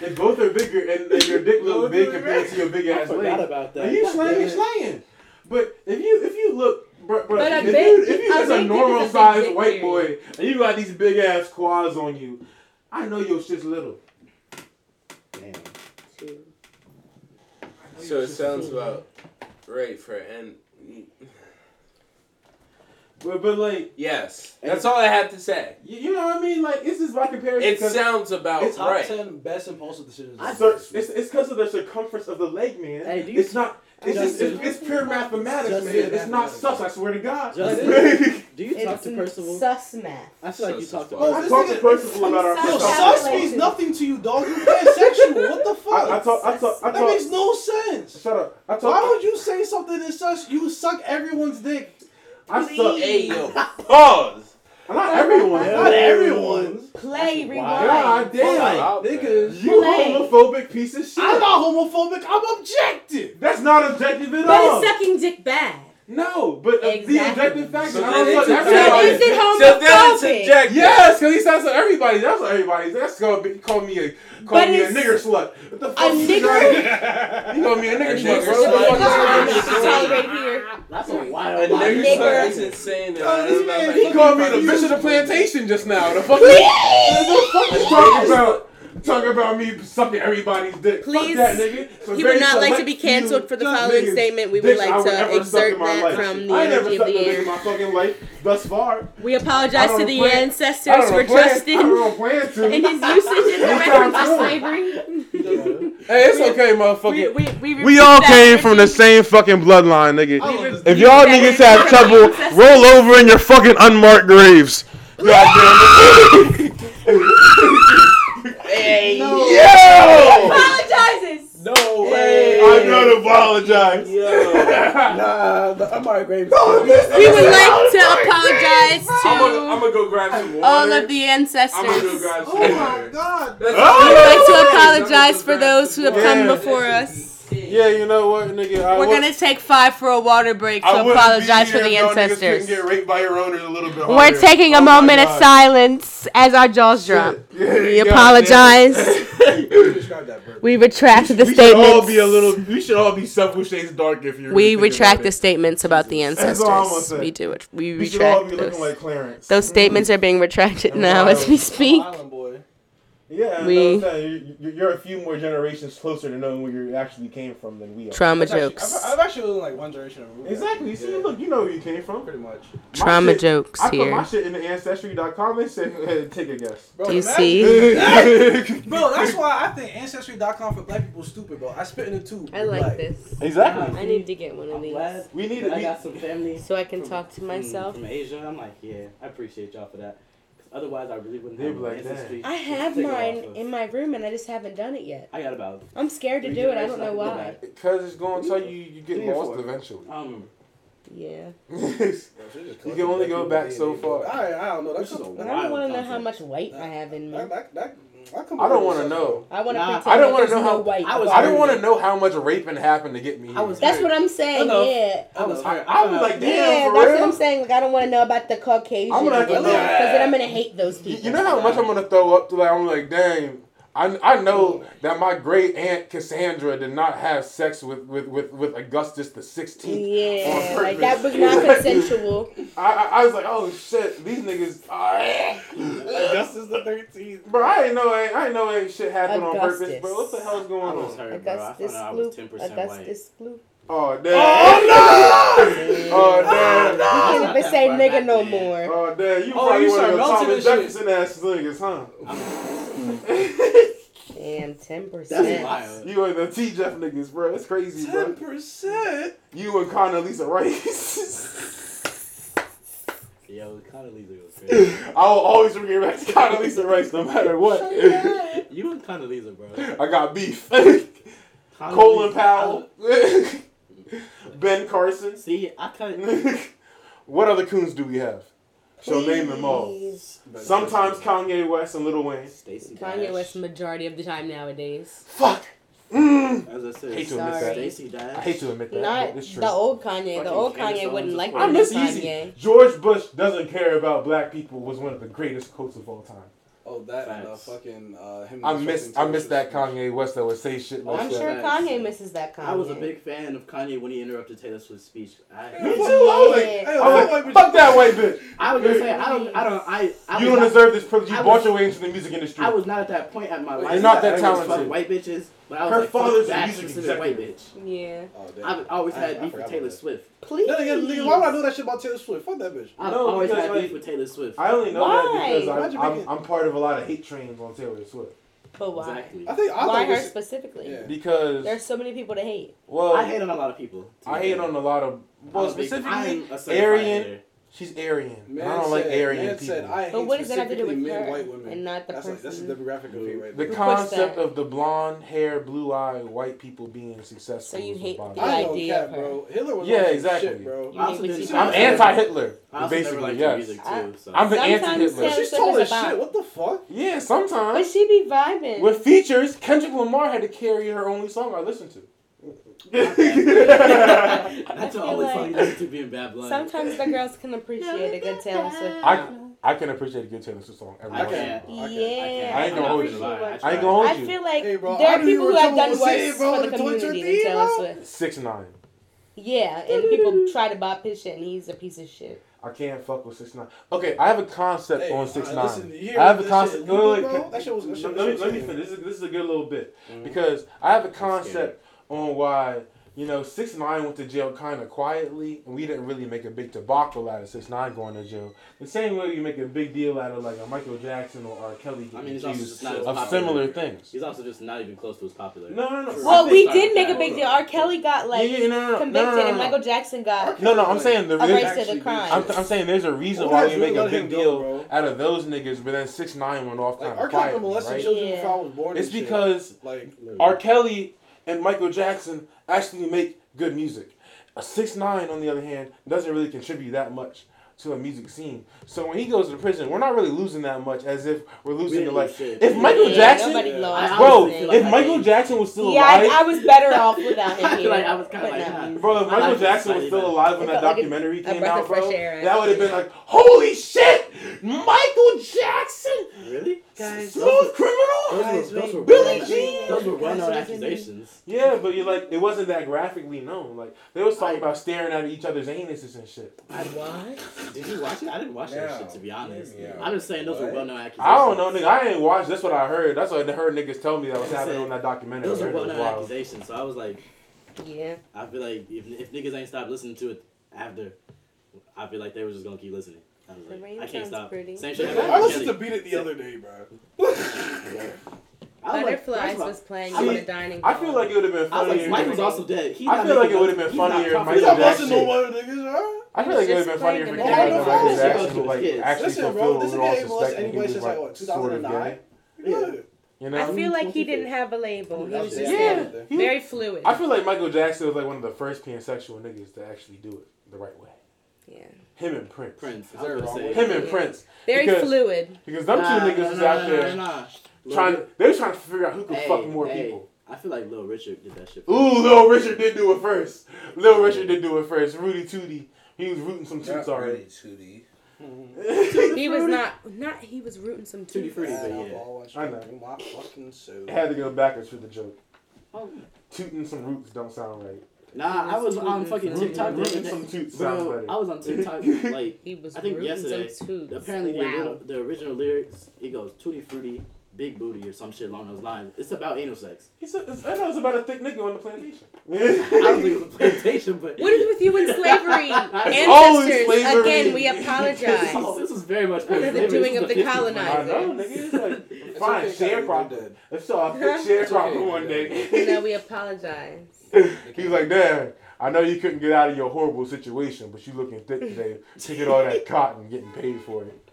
if both are bigger and, and your dick looks big compared to your big
I
ass
forgot
leg,
about that.
then you slaying, you slaying. But if you if you look, bro, bro,
But a
if,
big-
you, if you
a
just a
big dick is a
normal
big
sized
dick,
white boy
period.
and you got these big ass quads on you, I know your shit's little.
Damn.
so it sounds about right for and
But but like
yes, that's all I had to say.
you, you know what I mean? Like this is by comparison.
It
'cause
sounds about
It's
Top
right.
ten best impulsive decisions.
I
cir- it's it's because of the circumference of the leg, man.
Hey, do you-
it's not. It's, just,
Justin-
it's, it's pure mathematics,
Justin-
man. It's not sus. I swear to God.
Justin- Do you talk
It's
to Percival?
sus math.
I feel like you
Sus
talk to
is wild.
I
this
talked to
nigga-
Percival about our.
Yo,
Yo,
circumference.
sus means nothing to you, dog. You pansexual. What the fuck?
I, I talk. I talk. I
that
talk.
makes no sense.
Shut up. I talk.
Why would you say something that's sus? You suck everyone's dick.
I suck.
Hey yo, pause.
Not everyone.
Not everyone's.
Play rewind.
God damn.
Wow, man.
Niggas.
You
Play.
homophobic piece of shit.
I'm not homophobic. I'm objective.
That's not objective at
But
all.
is sucking dick bad?
no, but uh,
Exactly.
the objective fact is
So
I
then
don't
it's
suck
So
everybody.
is it
So then it's
homophobic?
subjective.
Yes, because he sounds like everybody. That's like everybody. That's gonna be call me a call
But
me a
it's-
nigger slut. What the fuck?
nigger?
You call me a
A nigger
nigger slut, bro.
slut.
What the fuck
Ah.
is wrong with you?
Tolerated here.
That's a
A
wild
nigger
line.
slut
Nigger.
is insane. though.
Oh, this
I don't
man,
know,
He
like,
called me the
fucking-
bitch of the plantation just now. The fuck? what the fuck is talking about? Talking about me sucking everybody's dick.
Please.
Fuck that, nigga. So
He would
very
not like to
select
be canceled
few
for the
niggas
following statement. We would
dicks I
like
ever
to
suck
exert
in my
that
life.
from the
I ain't never
energy of
sucked
the
a dick in
air.
my fucking life thus far.
We apologize
I
to
don't
the
plan- I
ancestors
don't
for
know plan- I don't
Justin
know plan to.
and his usage in the
We're
reference
trying
to
to-
slavery.
Hey, it's okay, motherfucker.
We, we, we,
We
refuse
all
that Oh,
came from the
energy.
same fucking bloodline, nigga.
I love this.
If y'all
Yeah,
niggas
we're
have
from
trouble,
ancestors.
roll over in your fucking unmarked graves. Goddamn it.
Hey,
No.
Yo!
Apologizes.
No
I don't apologize.
Nah, the Amari Graves.
We would like to apologize
I'm gonna, I'm
to
gonna go grab some water.
all of the
I'm gonna go
ancestors.
grab some
Oh my
water.
god.
That's
Oh!
We'd like
Alright,
to
I'm gonna
apologize
go
for
grab
those who
some
have
water.
come
Yeah.
before us.
Yeah, you know what, nigga? I
We're
wa-
gonna take five for a water break,
I
so
wouldn't be
apologize for
here
the
if y'all niggas couldn't
ancestors.
Get raped by your owners a little bit
We're
harder.
taking a
Oh my
moment of
God.
silence as our jaws drop.
Yeah,
We
goddamn.
apologize.
Describe that burger.
We retract the
We should all
statements.
be a little. We should all be selfish shades dark if you're.
we
really thinking about
retract
it.
the statements about the
That's all I'm gonna
ancestors.
say.
We do it. We
We should all
retract
be looking like
those.
Clarence.
Those statements are being retracted
And
now
wild.
as we speak.
Island boy.
Yeah, and
We-
that's what I'm saying. You're, you're a few more generations closer to knowing where you actually came from than we are.
Trauma
That's actually-
jokes.
I've, I've actually only like one generation of removed.
Exactly. You see,
Yeah.
look, you know where you came from.
Pretty much.
My
Trauma
shit-
jokes
I put my
here.
shit in the ancestry.com and said, hey, take a guess.
Bro,
Do you
imagine-
see?
Bro, that's why I think Ancestry.com for black people is stupid, bro. I spit in the tube.
I like this.
exactly.
I need to get one of
I'm
these
glad
We need
that I
to
got some family
so I can talk to
from-
myself.
from Asia. I'm like, yeah, I appreciate y'all for that. 'Cause Otherwise, I really wouldn't
They
have
be
no
like,
ancestry.
I
to
have
take it off
mine
of.
in my room and I just haven't done it yet.
I got about.
I'm scared to
three
do it. I don't
generations
know
can go
why.
back.
because it's going to tell you you get
Three or
lost
four.
eventually.
I don't remember.
Yeah.
You can only go back so far.
I, I don't know. That's
This is
just
a
But I don't
Wild
want to know how much
concept.
weight I have in me.
That, that, that, I, come
I don't
up
want
with
to
something.
know.
I want to
Nah,
pretend
I don't
want
wanna
to
know how-
no weight.
I was-
I don't want to know how much raping happened to get me.
I was-
here.
That's what I'm saying.
Enough.
Yeah.
I was hurt.
I was like,
Yeah,
damn,
that's
for
what I'm
real.
saying. Like, I don't want to know about the Caucasian.
I'm gonna have to
because
know.
then I'm gonna hate those
You
people.
you know how much I'm gonna throw up to like I'm like, dang, I, I know that my great aunt Cassandra did not have sex with, with, with, with Augustus the 16th.
Yeah,
On
like
purpose.
that was not consensual.
I, I, I was like, oh shit, these niggas. Are...
Augustus the thirteenth.
bro, I didn't know ain't, I didn't know ain't shit happened on
Augustus.
purpose, bro. What the hell's
I
going
was
on?
hurt, bro. I
Augustus
found out I was ten
Gloop.
percent white.
Augustus Gloop.
Oh damn! Oh no! Oh
You
damn!
can't even say nigga no more.
Oh damn! You
Oh,
probably
you
one of
start
the
melting
Thomas
and shit.
Jefferson ass niggas, huh?
Damn, ten
That's
percent.
wild.
you and the T Jeff niggas, bro. It's crazy, bro.
Ten percent.
You and Condoleezza Rice.
Yo, Condoleezza was crazy.
I will always bring it back to Condoleezza Rice, no matter what.
you and Condoleezza, bro.
I got beef.
Condoleezza-
Colin Powell, Ben Carson.
See, I kind of.
what other coons do we have? She'll name them all. Sometimes Kanye West and Lil Wayne.
Stacey
Kanye
Dash.
West majority of the time nowadays.
Fuck. Mm.
As I said,
Hate to admit
Sorry.
that.
Stacey Dash.
I hate to admit that.
Not
but it's true.
the old Kanye. The
Fucking
old
Kanye
Kanye
songs
wouldn't
is
like
I
the
funny.
new
miss Easy.
Kanye.
George Bush doesn't care about black people was one of the greatest quotes of all time.
Oh, that and uh,
Facts.
fucking uh, him.
I miss I miss that Kanye West that would say shit like
I'm
that.
sure Kanye misses that Kanye.
I was a big fan of Kanye when he interrupted Taylor Swift's speech.
Me too. I
I,
was
Yeah.
like, hey,
I was
white
like,
bitch-
fuck that white bitch.
I was gonna say I don't, I don't, I. I
You
was
don't
not-
deserve this privilege. You
I
bought
was-
your way into the music industry.
I was not at that point at my life.
You're not that
I was fuck
talented.
White bitches, but I was
Her
like,
father's a
fuck that
music
specific white
executive.
bitch.
Yeah.
Oh, damn.
I've always
I-
had
I
beef
forgot
with Taylor
about that.
Swift.
Please.
Then again, nigga, why would I know that shit about Taylor Swift? Fuck that bitch.
I've
No,
always
because,
had
like,
beef with Taylor Swift.
I only know
Why?
that
Why'd
because
you
I'm,
make
I'm, I'm part of a lot of hate trains on Taylor Swift.
But why?
exactly.
I think I
Why
think
her
it's,
specifically?
Yeah.
Because
There's so many people to hate.
well,
I hate on a lot of people. to
I
be
hate
fair.
on a lot of
I'm
well
a big-
specifically
I'm a certified
Aryan.
hater.
She's Aryan. and
Man
I don't like
said-
Aryan
man
people.
Said, I hate
But what does that have to do
specifically
with
men,
her
white women.
and not the
that's like,
person?
that's the demographic of hate right
The
there.
Who pushed
concept
that?
of the blonde hair, blue eye, white people being successful.
So you
is what
hate
bothers
the
me.
I know,
idea
cat,
of her.
bro. Hitler was
Yeah,
on some
exactly.
shit, bro.
You
I
hate
also
what
did
you
I'm
do.
anti Hitler,
I also never
basically.
liked her
Yes.
music
I-
too. So.
I'm the anti
Sometimes
Hitler.
Taylor-
She's
Swift
tall
is
as
about-
shit. What the fuck?
Yeah,
But
sometimes.
she be vibing.
With features, Kendrick Lamar had to carry her only song I listened to.
That's
I
the
feel
only song
like-
you listen to being bad blood.
Sometimes the girls can appreciate a good Taylor Swift.
I, I can appreciate a good Taylor Swift song. every
I
once in a
can't.
while.
yeah.
can't.
I ain't gonna hold you.
appreciate what-
I ain't gonna hold
I
you.
feel like
Hey, bro,
there
I
are
knew you
people
were
who have
trouble
done
with
worse
saying, bro,
for
in
the
the Twitter
community than
feed,
Taylor
bro.
Swift.
Six nine.
Yeah, and people try to buy his shit, and he's a piece of shit.
I can't fuck with six nine. Okay, I have a concept
Hey,
on
uh,
six nine.
listen, you hear
I have a
that
concept.
shit,
wait, wait,
bro?
wait.
That shit was- that shit-
let,
that
me,
shit
let me
was- Mm-hmm.
finish. This is, this is a good little bit because I have a concept on why you know six nine went to jail kind of quietly, and we didn't really make a big debacle out of six nine going to jail. The same way you make a big deal out of like a Michael Jackson or R. Kelly getting
I mean, he's also
accused
just not as
of
popular.
similar things.
He's also just not even close to as popular.
No, no, no.
True.
Well,
think
we
started
did make a
that.
big deal. R. Kelly got like
yeah, yeah, no, no, no,
convicted,
no, no, no,
and
no.
Michael Jackson got.
No, no, I'm saying the real.
Arrested a crime.
I'm, I'm saying there's a reason
Well,
why
guys,
you
we
make a
let
big
him go,
deal
bro.
out of those niggas, but then six nine went off
Like,
kind
our
of
kind of
quietly,
molesting
right?
children
Yeah.
before I was born.
It's
and shit.
because
like
R. Kelly and Michael Jackson actually make good music. A six nine, on the other hand, doesn't really contribute that much to a music scene. So when he goes to prison, we're not really losing that much, as if we're
We
losing
didn't
to
do
like
shit.
if Michael
Yeah,
Jackson-
nobody lost.
I
bro.
honestly feel
If
like I
Michael
did.
Jackson was still
yeah,
alive,
I, I was better off without him.
I
Here,
feel like I was kind
but
of like,
no.
nah.
Bro, if
My
Michael
life is
Jackson was
slightly
still
better.
alive when
It
that
felt like a-
documentary
a
came
breath
out,
of fresh
bro,
air.
that would have been like, holy shit, Michael Jackson,
Really?
smooth criminal.
Those were, those were
Billie
well-
Jean!
Those were well-known
Guys, listen to me.
accusations.
Yeah, but you like it wasn't that graphically known. Like they was talking
I-
about staring at each other's anuses and shit.
Did you watch it? I didn't watch
No.
that shit to be honest.
Yeah.
I'm just saying those were
What?
well-known accusations.
I don't know, nigga. I ain't watched. That's what I heard. That's what I heard niggas tell me that was
That's
happening
it.
on that documentary.
Those
I
were
heard it was
well-known
wild.
accusations. So I was like,
Yeah,
I feel like if, if niggas ain't stopped listening to it after, I feel like they were just gonna keep listening. I, was
The
like,
rain
I can't
sounds
stop.
pretty.
Same shit. happened
I
with
listened to
Kelly.
Beat It the other day, bro.
I was like,
Butterflies
first of all,
was playing
I
in
was-
the dining.
I feel like it would have been
I was like,
funnier.
Michael's also dead. He's
I
not
feel like
making
it would've been
he's not
funnier if
profiting.
He's
Michael
not
Jackson-
busting no one niggas, bro.
I feel like it would
Just
have been funnier for
playing
Kim
the
and
game.
Michael
Listen,
Jackson to
listen,
like actually
Listen, bro,
fulfill
this
what
nigga
we all
ain't molested
suspecting he
anybody
was
since
like
like what
sort of
2009.
gay.
Yeah.
You
I
know?
feel like he didn't have a label. He was just
Yeah. he-
very fluid.
I feel like Michael Jackson was like one of the first pansexual niggas to actually do it the right way.
Yeah,
Him and Prince.
Prince.
Is there a wrong way?
Him and Prince.
very
Because-
fluid.
Because them two niggas was out there trying to, they was trying to figure out who could fuck more people.
I feel like Lil Richard did that shit. first.
Ooh, Lil Richard did do it first. Lil Richard did do it first. Rudy Tootie, he was rooting some toots already.
Tootie.
Tootie
He was not not. He was rooting some tutti
Tutti Frutti,
frutti.
but
And
yeah.
alcohol and
I know.
drinking My fucking soda.
It had to go backwards for the joke.
Oh.
Tooting some roots don't sound right.
Nah, I was on fucking TikTok. the other
Rooting
day.
some toots sounds
Bro,
better.
I was on TikTok like
He was
I think
rooting
yesterday,
some toots.
Apparently, the,
wow.
original, the original lyrics it goes tutti frutti, big booty, or some shit along those lines. It's about anal sex.
He said, it's- I know it's about a thick nigga on the plantation.
I don't think it was a plantation, but
What is with you in slavery?
always
Ancestors,
slavery.
again, we
this,
apologize.
was, this was very much
This is the doing of the
I know,
colonizer.
nigga. It's like,
It's
fine,
okay, Kyrie, we're
sharecropper.
dead.
I saw a thick sharecropper one day.
No, we apologize.
He's like, damn, I know you couldn't get out of your horrible situation, but you looking thick today. Taking all that cotton, getting paid for it.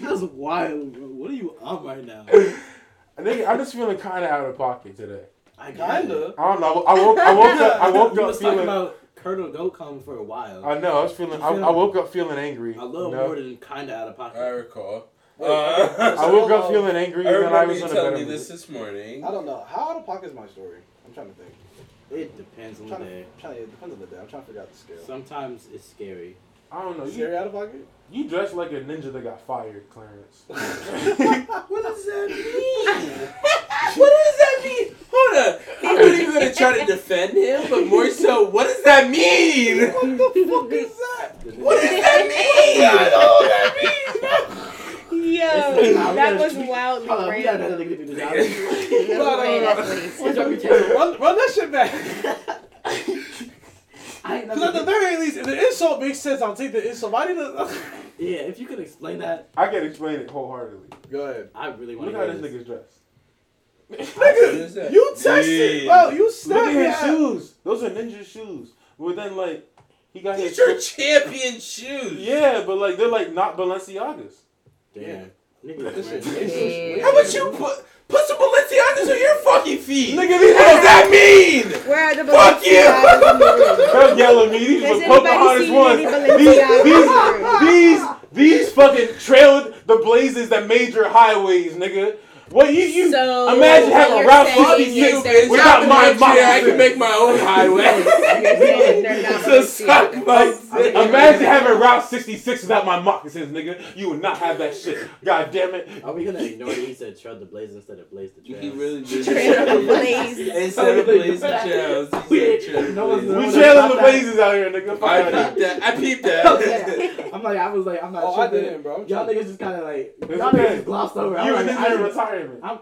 That's wild, bro. What are you on right now?
Nigga, I'm just feeling kind of out of pocket today.
I
Kinda.
I don't know. I woke, I woke up. I woke
You
up
was talking
feeling.
about Colonel Gocom for a while. I,
I know. I was feeling. I, I woke up feeling angry. you
love
know?
more than kinda out of
I
pocket.
recall.
Wait,
Uh,
I woke up feeling
I
angry, and then I
remember
was
you
in a
telling
better
me
mood.
this this morning.
I don't know. How out of pocket is my story? I'm trying to think.
It depends
I'm
on the
trying to,
day.
I'm trying to, it depends on the day. I'm trying to figure out the scale.
Sometimes it's scary.
I don't know.
Is
You,
Sherry out of pocket?
you dress like a ninja that got fired, Clarence.
What does that
What does that mean? Hold up. I'm not even gonna try to defend him, but more so, what does that mean?
What is that?
What does that mean? I don't know what that means, bro.
Yo,
Nah, we
that
gotta
was
tweet-
wildly
Hold on, we gotta
random.
let the nigga do this.
No way, that's what he
What's
said.
your reputation?
Run, run that shit back.
I ain't
Because at
never.
the very least, if the insult makes sense, I'll take the insult. I need to.
Yeah, if you could explain that,
I can explain it wholeheartedly.
Go ahead.
I really want
Look
to
how
hear
this
this.
nigga's dressed.
is that?
Nigga, you texted,
Yeah.
bro. You
Look
snapped me.
at his
at-
shoes. Those are ninja shoes. Well, then like he got his.
These are champion shoes.
Yeah, but like they're like not Balenciagas.
Damn.
This
Nigga,
shit-
man.
this shit-
How about you put put some Balenciagas on your fucking feet?
Nigga, these
what does that mean?
Where are the
Fuck you!
Balenciagas in the room?
Don't yell at me. These
Has
were
anybody
Pocahontas
seen
ones.
any Balenciagas?
These, these, these, these fucking trailed the blazes that made your highways, nigga. What you you?
So,
imagine having
what
a
you're
Ralph
saying
Lauren
is
you
they're not
without my
Balenciaga, I can
mom.
make my own highway.
You're saying they're not
so suck
Balenciagas.
my dick.
Imagine having Route 66 without my moccasins, nigga. You would not have that shit. God damn it.
Are we gonna ignore that he said trail the blaze instead of blaze the trail?
He really did.
Trailblaze.
Instead of Blaze the Trails, he said
No one's-
Trailblaze.
no
We
one's
trailing
about
the
that.
blazes out here, nigga. Fuck
I
outta here.
peeped that. I peeped that.
I'm like, I was like, I'm not
Oh,
sure.
I didn't, bro. I'm
Y'all
trying-
niggas just kind of like,
It's
y'all
okay.
niggas glossed over. I'm
You a
like, I
ninja in
didn't-
retirement.
I'm,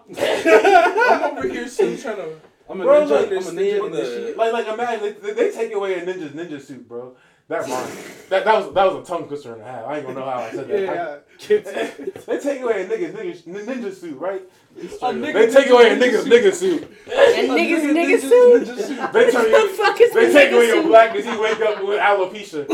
I'm over here still trying to.
I'm a
Bro,
ninja.
like,
I'm a ninja in this
understand
shit.
Like, like imagine they, they take away a ninja's ninja suit, bro. That rhyme. that that was that was a tongue twister and a half. I ain't gonna know how I said that.
Yeah,
they take away a nigga's nigga, ninja suit, right?
nigga
They take
ninja
away a
ninja
nigga's
suit.
nigga suit.
And niggas, niggas suit.
Ninja suit.
They turn
The
you.
fuck is
They take away your
niggas
blackness. He wake up with alopecia.
suit?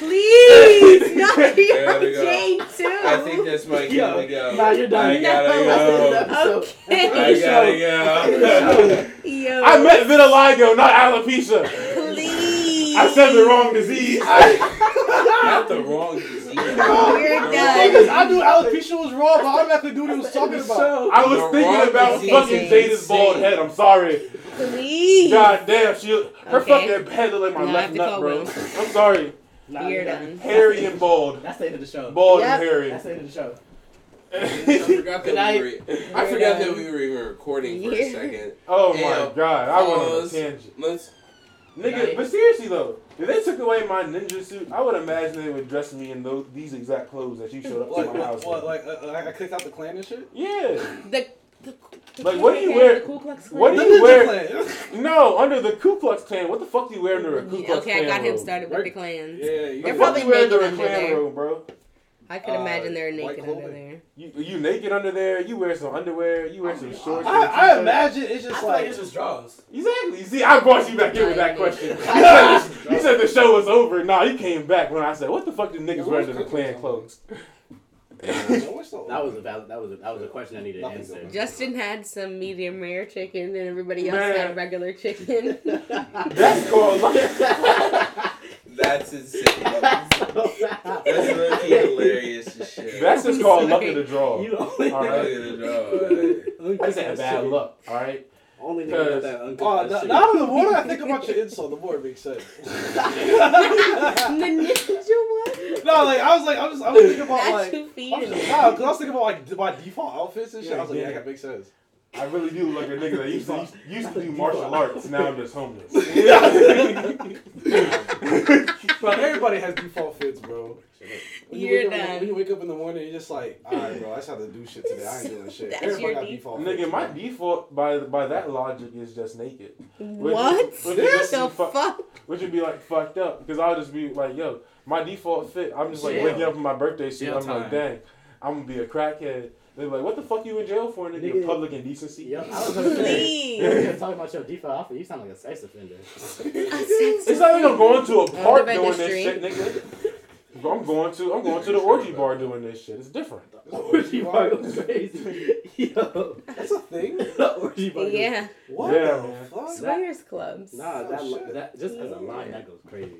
Please, not
There we
your
go.
Jane too.
I think that's my
Yo,
gotta go.
nah, you're done.
I gotta
No, that's the end of the
go.
episode.
I
okay.
gotta go.
Yo,
I met vitiligo, not alopecia.
please.
I said the wrong disease.
Not the wrong disease.
You're
Because
done.
I knew alopecia was wrong, but I automatically knew what he was talking about.
I was
The wrong
thinking about
disease.
fucking Jada's bald head. I'm sorry.
Please.
God damn, she her
Okay.
fucking head look like my
Now I
left
have to
nut,
call
bro.
Will.
I'm sorry.
Nah,
You're
nigga,
done.
Hairy and bald.
That's the end of the show.
Bald
Yep.
and hairy.
That's the end of the show.
I
Oh
forgot
Good
that
night.
we were. I forgot that we were even recording for a
Yeah.
second.
Oh
Ew.
my god, I went on a
Pause.
tangent.
Let's.
Nigga, but seriously though, if they took away my ninja suit, I would imagine they would dress me in those these exact clothes that you showed up
Like,
to my
what,
house.
what,
in.
like, uh, uh, I clicked out the clan and shit?
yeah.
The, the, the
Like, what do
Ku Klux
you
Klan,
wear-
the Ku Klux Klan?
what do
The
you-
ninja
Where-
clan.
No, under the Ku Klux Klan, what the fuck do you wear under a Ku
Yeah,
Klux
okay, I
Klan
got him
robe?
started with the clans.
Yeah,
They're
you
What the
got-
fuck
probably
you wear under
naked
a
under
Klan
there.
robe, bro?
I could
Uh,
imagine they're
white
naked under
clothing.
there.
You, you naked under there, you wear some underwear, you wear some shorts. and a
I, I
t-shirt.
imagine it's just like.
just draws.
Exactly. You see, I brought you back here with that question. You said, you said the show was over. Nah, you came back when I said, "What the fuck did niggas wear under the Klan clothes?"
That was a valid. That was a, that was a question I needed to
Nothing
answer.
going
Justin had some medium rare chicken, and everybody else
Man.
had regular chicken.
That's called life.
That's insane. That's looking hilarious as shit.
That's just called luck of the draw.
you only.
All
Look at the dog.
right. That's a bad luck. All right.
only nigga
Cause-
with that
Oh,
uncut
now,
shit.
now the more I think about your insult, the more it makes sense.
the ninja one.
No, like I was like, I'm just, I'm thinking about
That's
like,
too
I'm just,
feeding.
nah, cause I was thinking about like d- my default outfits and shit. I was like,
Yeah,
yeah,
yeah.
that makes sense.
I really do look like a nigga that used to, used to do martial arts. Now I'm just homeless.
Bro, everybody has default fits, bro. When you
You're
wake up in the-
done.
When you wake up in the morning, you're just like, all right, bro, I just have to do shit today. I ain't doing shit.
That's
everybody
your
got
de-
default.
Nigga,
fits,
my
bro.
default by by that logic is just naked. Which-
What?
which would
What
just
the
be fu-
fuck?
Which would be like fucked up because I'll just be like, yo, my default fit. I'm just like
Jail.
waking up on my birthday shit.
Jail
I'm like,
time.
dang, I'm gonna be a crackhead. They're like, what the fuck you in jail for, nigga?
Nigga.
Public indecency.
Yo, I was gonna say,
Please.
you're talking about your default outfit. You sound like a sex offender.
It's not like I'm going to a park
the
doing this
registry.
shit, nigga. I'm going to I'm going to the orgy bar doing this shit. It's different.
Orgy bar was crazy. Yo,
That's a thing.
the orgy bar. goes-
Yeah.
What
Yeah,
the
man.
fuck?
Swingers clubs.
Nah, that
Oh, shit.
that just as a line that goes crazy.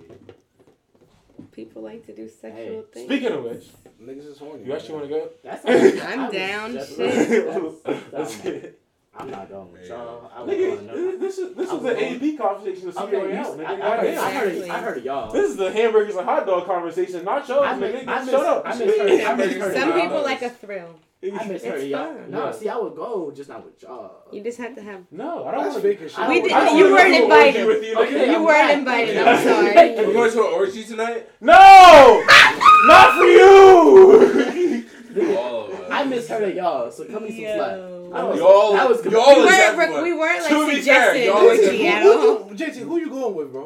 People like to do
Hey,
sexual things.
Speaking of which,
Niggas is horny.
you actually want to go?
That's
I'm
I was
down,
just-
shit.
that's-
Let's
that's-
get-
I'm not going with y'all. I was going
Nigga,
to
this is this
I'm
is an
going-
AB conversation to see
Okay,
right
you,
out,
I,
nigga.
I, heard,
Goddamn.
I heard, I heard y'all.
This is the hamburgers and hot dog conversation, not yours,
I
nigga.
miss- I miss-
Shut up.
I miss her- I miss her-
Some
Nah,
people like
that's-
a thrill.
I miss her,
It's
y'all.
fun.
No,
Yeah.
see, I would go, just not with y'all.
You just have to have.
No, I don't
That's
want
fake as shit.
I We
I
did-
don't
you
wanna
weren't
go
invited.
orgy with you, nigga.
Okay,
You
I'm
weren't
back.
invited.
Yeah.
I'm sorry.
You going to an orgy tonight?
No! not for you!
All of
I
us.
miss her to y'all, so come me some slack. I
Yo.
was-
Y'all,
that was
y'all
We
is
weren't,
everyone.
we weren't
To
like
be fair,
suggesting
y'all is
orgy at
Who
all.
you- JT, who you going with, bro?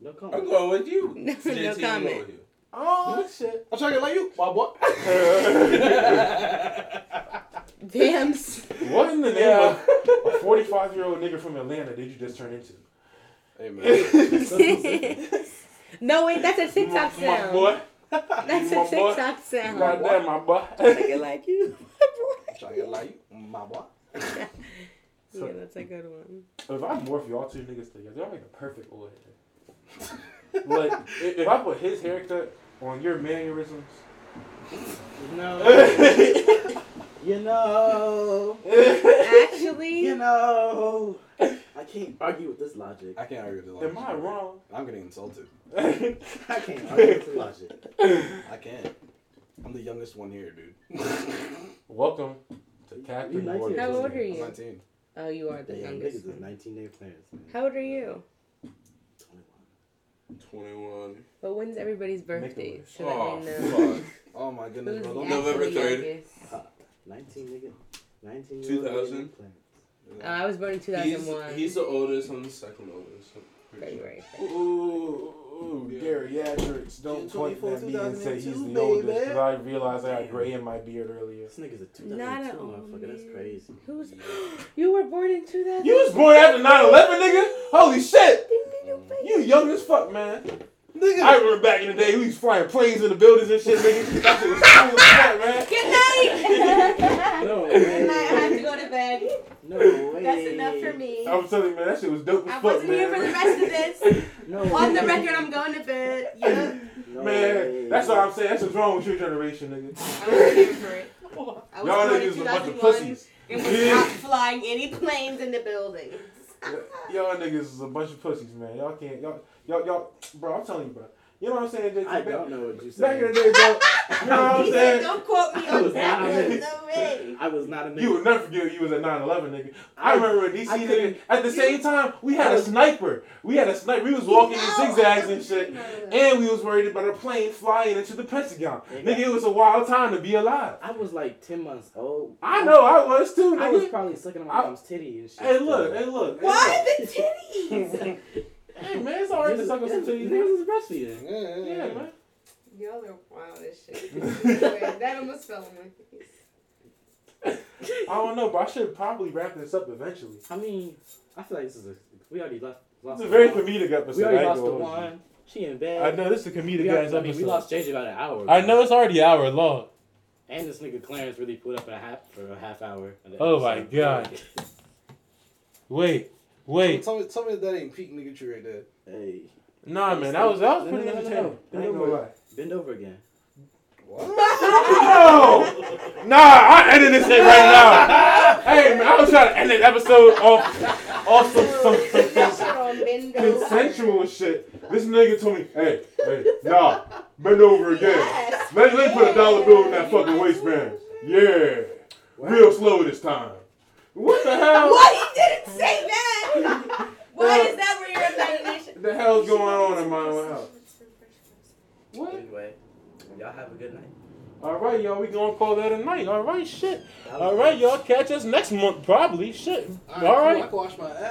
No
I'm
comment.
going with you.
No- no
JT, I'm going
comment.
with you.
oh, shit.
I'm trying to like you, my boy.
Damn.
What in the name
Yeah.
of a 45 year old nigga from Atlanta did you just turn into?
Hey man,
no, wait, that's a TikTok
my, my
sound.
boy.
That's
my
a
boy.
TikTok
God
sound.
damn, my boy.
Like it like you.
I'm trying to like you, my boy.
yeah, that's a good one.
If I morph y'all two niggas together, y'all make a perfect old head. like, i- if I put his haircut on your mannerisms,
No. you know.
Actually,
You know. I can't argue with this logic.
I can't argue with the logic.
am I wrong?
I'm getting insulted.
I can't argue with this logic.
I can't. I'm the youngest one here, dude.
Welcome to
You
Captain
like it?
Morgan.
how old are
I'm
you?
19.
Oh, you are the
Damn,
youngest.
niggas is
one.
19 day players. Man.
How old are you?
21.
21.
But when's everybody's birthday? So that
Oh,
we know.
fuck.
Oh my goodness,
Who's
bro.
the
Don't
No, November
actually
3rd.
youngest?
19 nigga. 19
2000?
Uh, I was born in
He's,
2001.
he's the oldest. I'm the second oldest. I'm pretty sure.
February.
Ooh, ooh, ooh, geriatrics. Don't
Yeah,
point at me and say he's
24,
the oldest because
baby.
I realized I had gray in my beard earlier.
This nigga's a 2002
Not an old
motherfucker. That's
man.
crazy.
Who's you were born in 2000?
You was born after 9 11, nigga? Holy shit! You young as fuck, man. Nigga. I remember back in the day, we was flying planes in the buildings and shit, nigga. That shit was cool as fuck, man.
Good night.
No
Good night. I have
way.
to go to bed.
No way.
That's enough for me.
I'm telling you, man, that shit was dope as
I
fuck,
wasn't
man.
here for the rest of this.
No
On the
way.
record, I'm going to bed. Yeah.
No way.
Man, that's what I'm saying. That's what's wrong with your generation, nigga.
I wasn't here for it. I was
Y'all
born in
niggas was a bunch of
2001
pussies.
and was not flying any planes in the building.
Y'all niggas is a bunch of pussies, man. Y'all can't, y'all, y'all, y'all, bro. I'm telling you, bro. You know what I'm saying? JT?
I
back,
don't know what you
back in the
said.
day, bro. you know what I'm
He said,
saying?
don't quote me
I
on
was
that
not a
one.
nigga.
No way.
I was not a nigga.
You would never forget you was at 9-11, nigga. I remember when DC,
I
nigga,
couldn't-
at the same time, we had a sniper. We had a sniper. We was walking in
No,
zigzags
I
and shit.
remember.
And we was worried about a plane flying into the Pentagon.
Yeah.
Nigga, it was a wild time to be alive.
I was like 10 months old.
I know, I was too,
I was
nigga.
probably sucking on my
I-
mom's titty and shit.
Hey, look, hey, look. hey,
Why the titties?
look. Hey, man, it's alright to suck on some titties.
Niggas was breastfeeding.
Yeah, yeah,
Yeah,
yeah.
man.
Y'all are wild as shit. that almost fell on my face.
I don't know, but I should probably wrap this up eventually.
I mean, I feel like this is a. We already lost. lost
It's a
the
very
one.
comedic episode.
Uh, We already
I ain't
lost the
gonna hold you.
one. She in bed.
I know, this is a comedic
We,
guys
already, I mean, we
episode.
lost JJ about an hour.
I know it's already an hour long.
And this nigga Clarence really put up a half for a half hour. of the
Oh my
episode.
God. Wait, wait.
Tell me, tell me that ain't peak nigga tree right there.
Hey,
Nah, man, that was that was
No,
pretty
no, no, no,
entertaining.
no.
I ain't gonna lie.
bend over again.
What?
No, nah, I ended this shit right now. Hey man, I was trying to end this episode off, off some, some, some, some, some consensual shit. This nigga told me, hey, hey, nah, bend over again.
Yes.
Let, let me put a dollar bill in that fucking waistband. Yeah. Real slow this time. What the hell?
Why he didn't say that? Why is that where your imagination?
the hell's going on in my own house? What?
Anyway, y'all have a good night.
All right, y'all, we gonna call that a night. All right, shit.
That was
All right, y'all, catch us next month probably. Shit.
All
All
right.
right.
cool, I can wash my ass.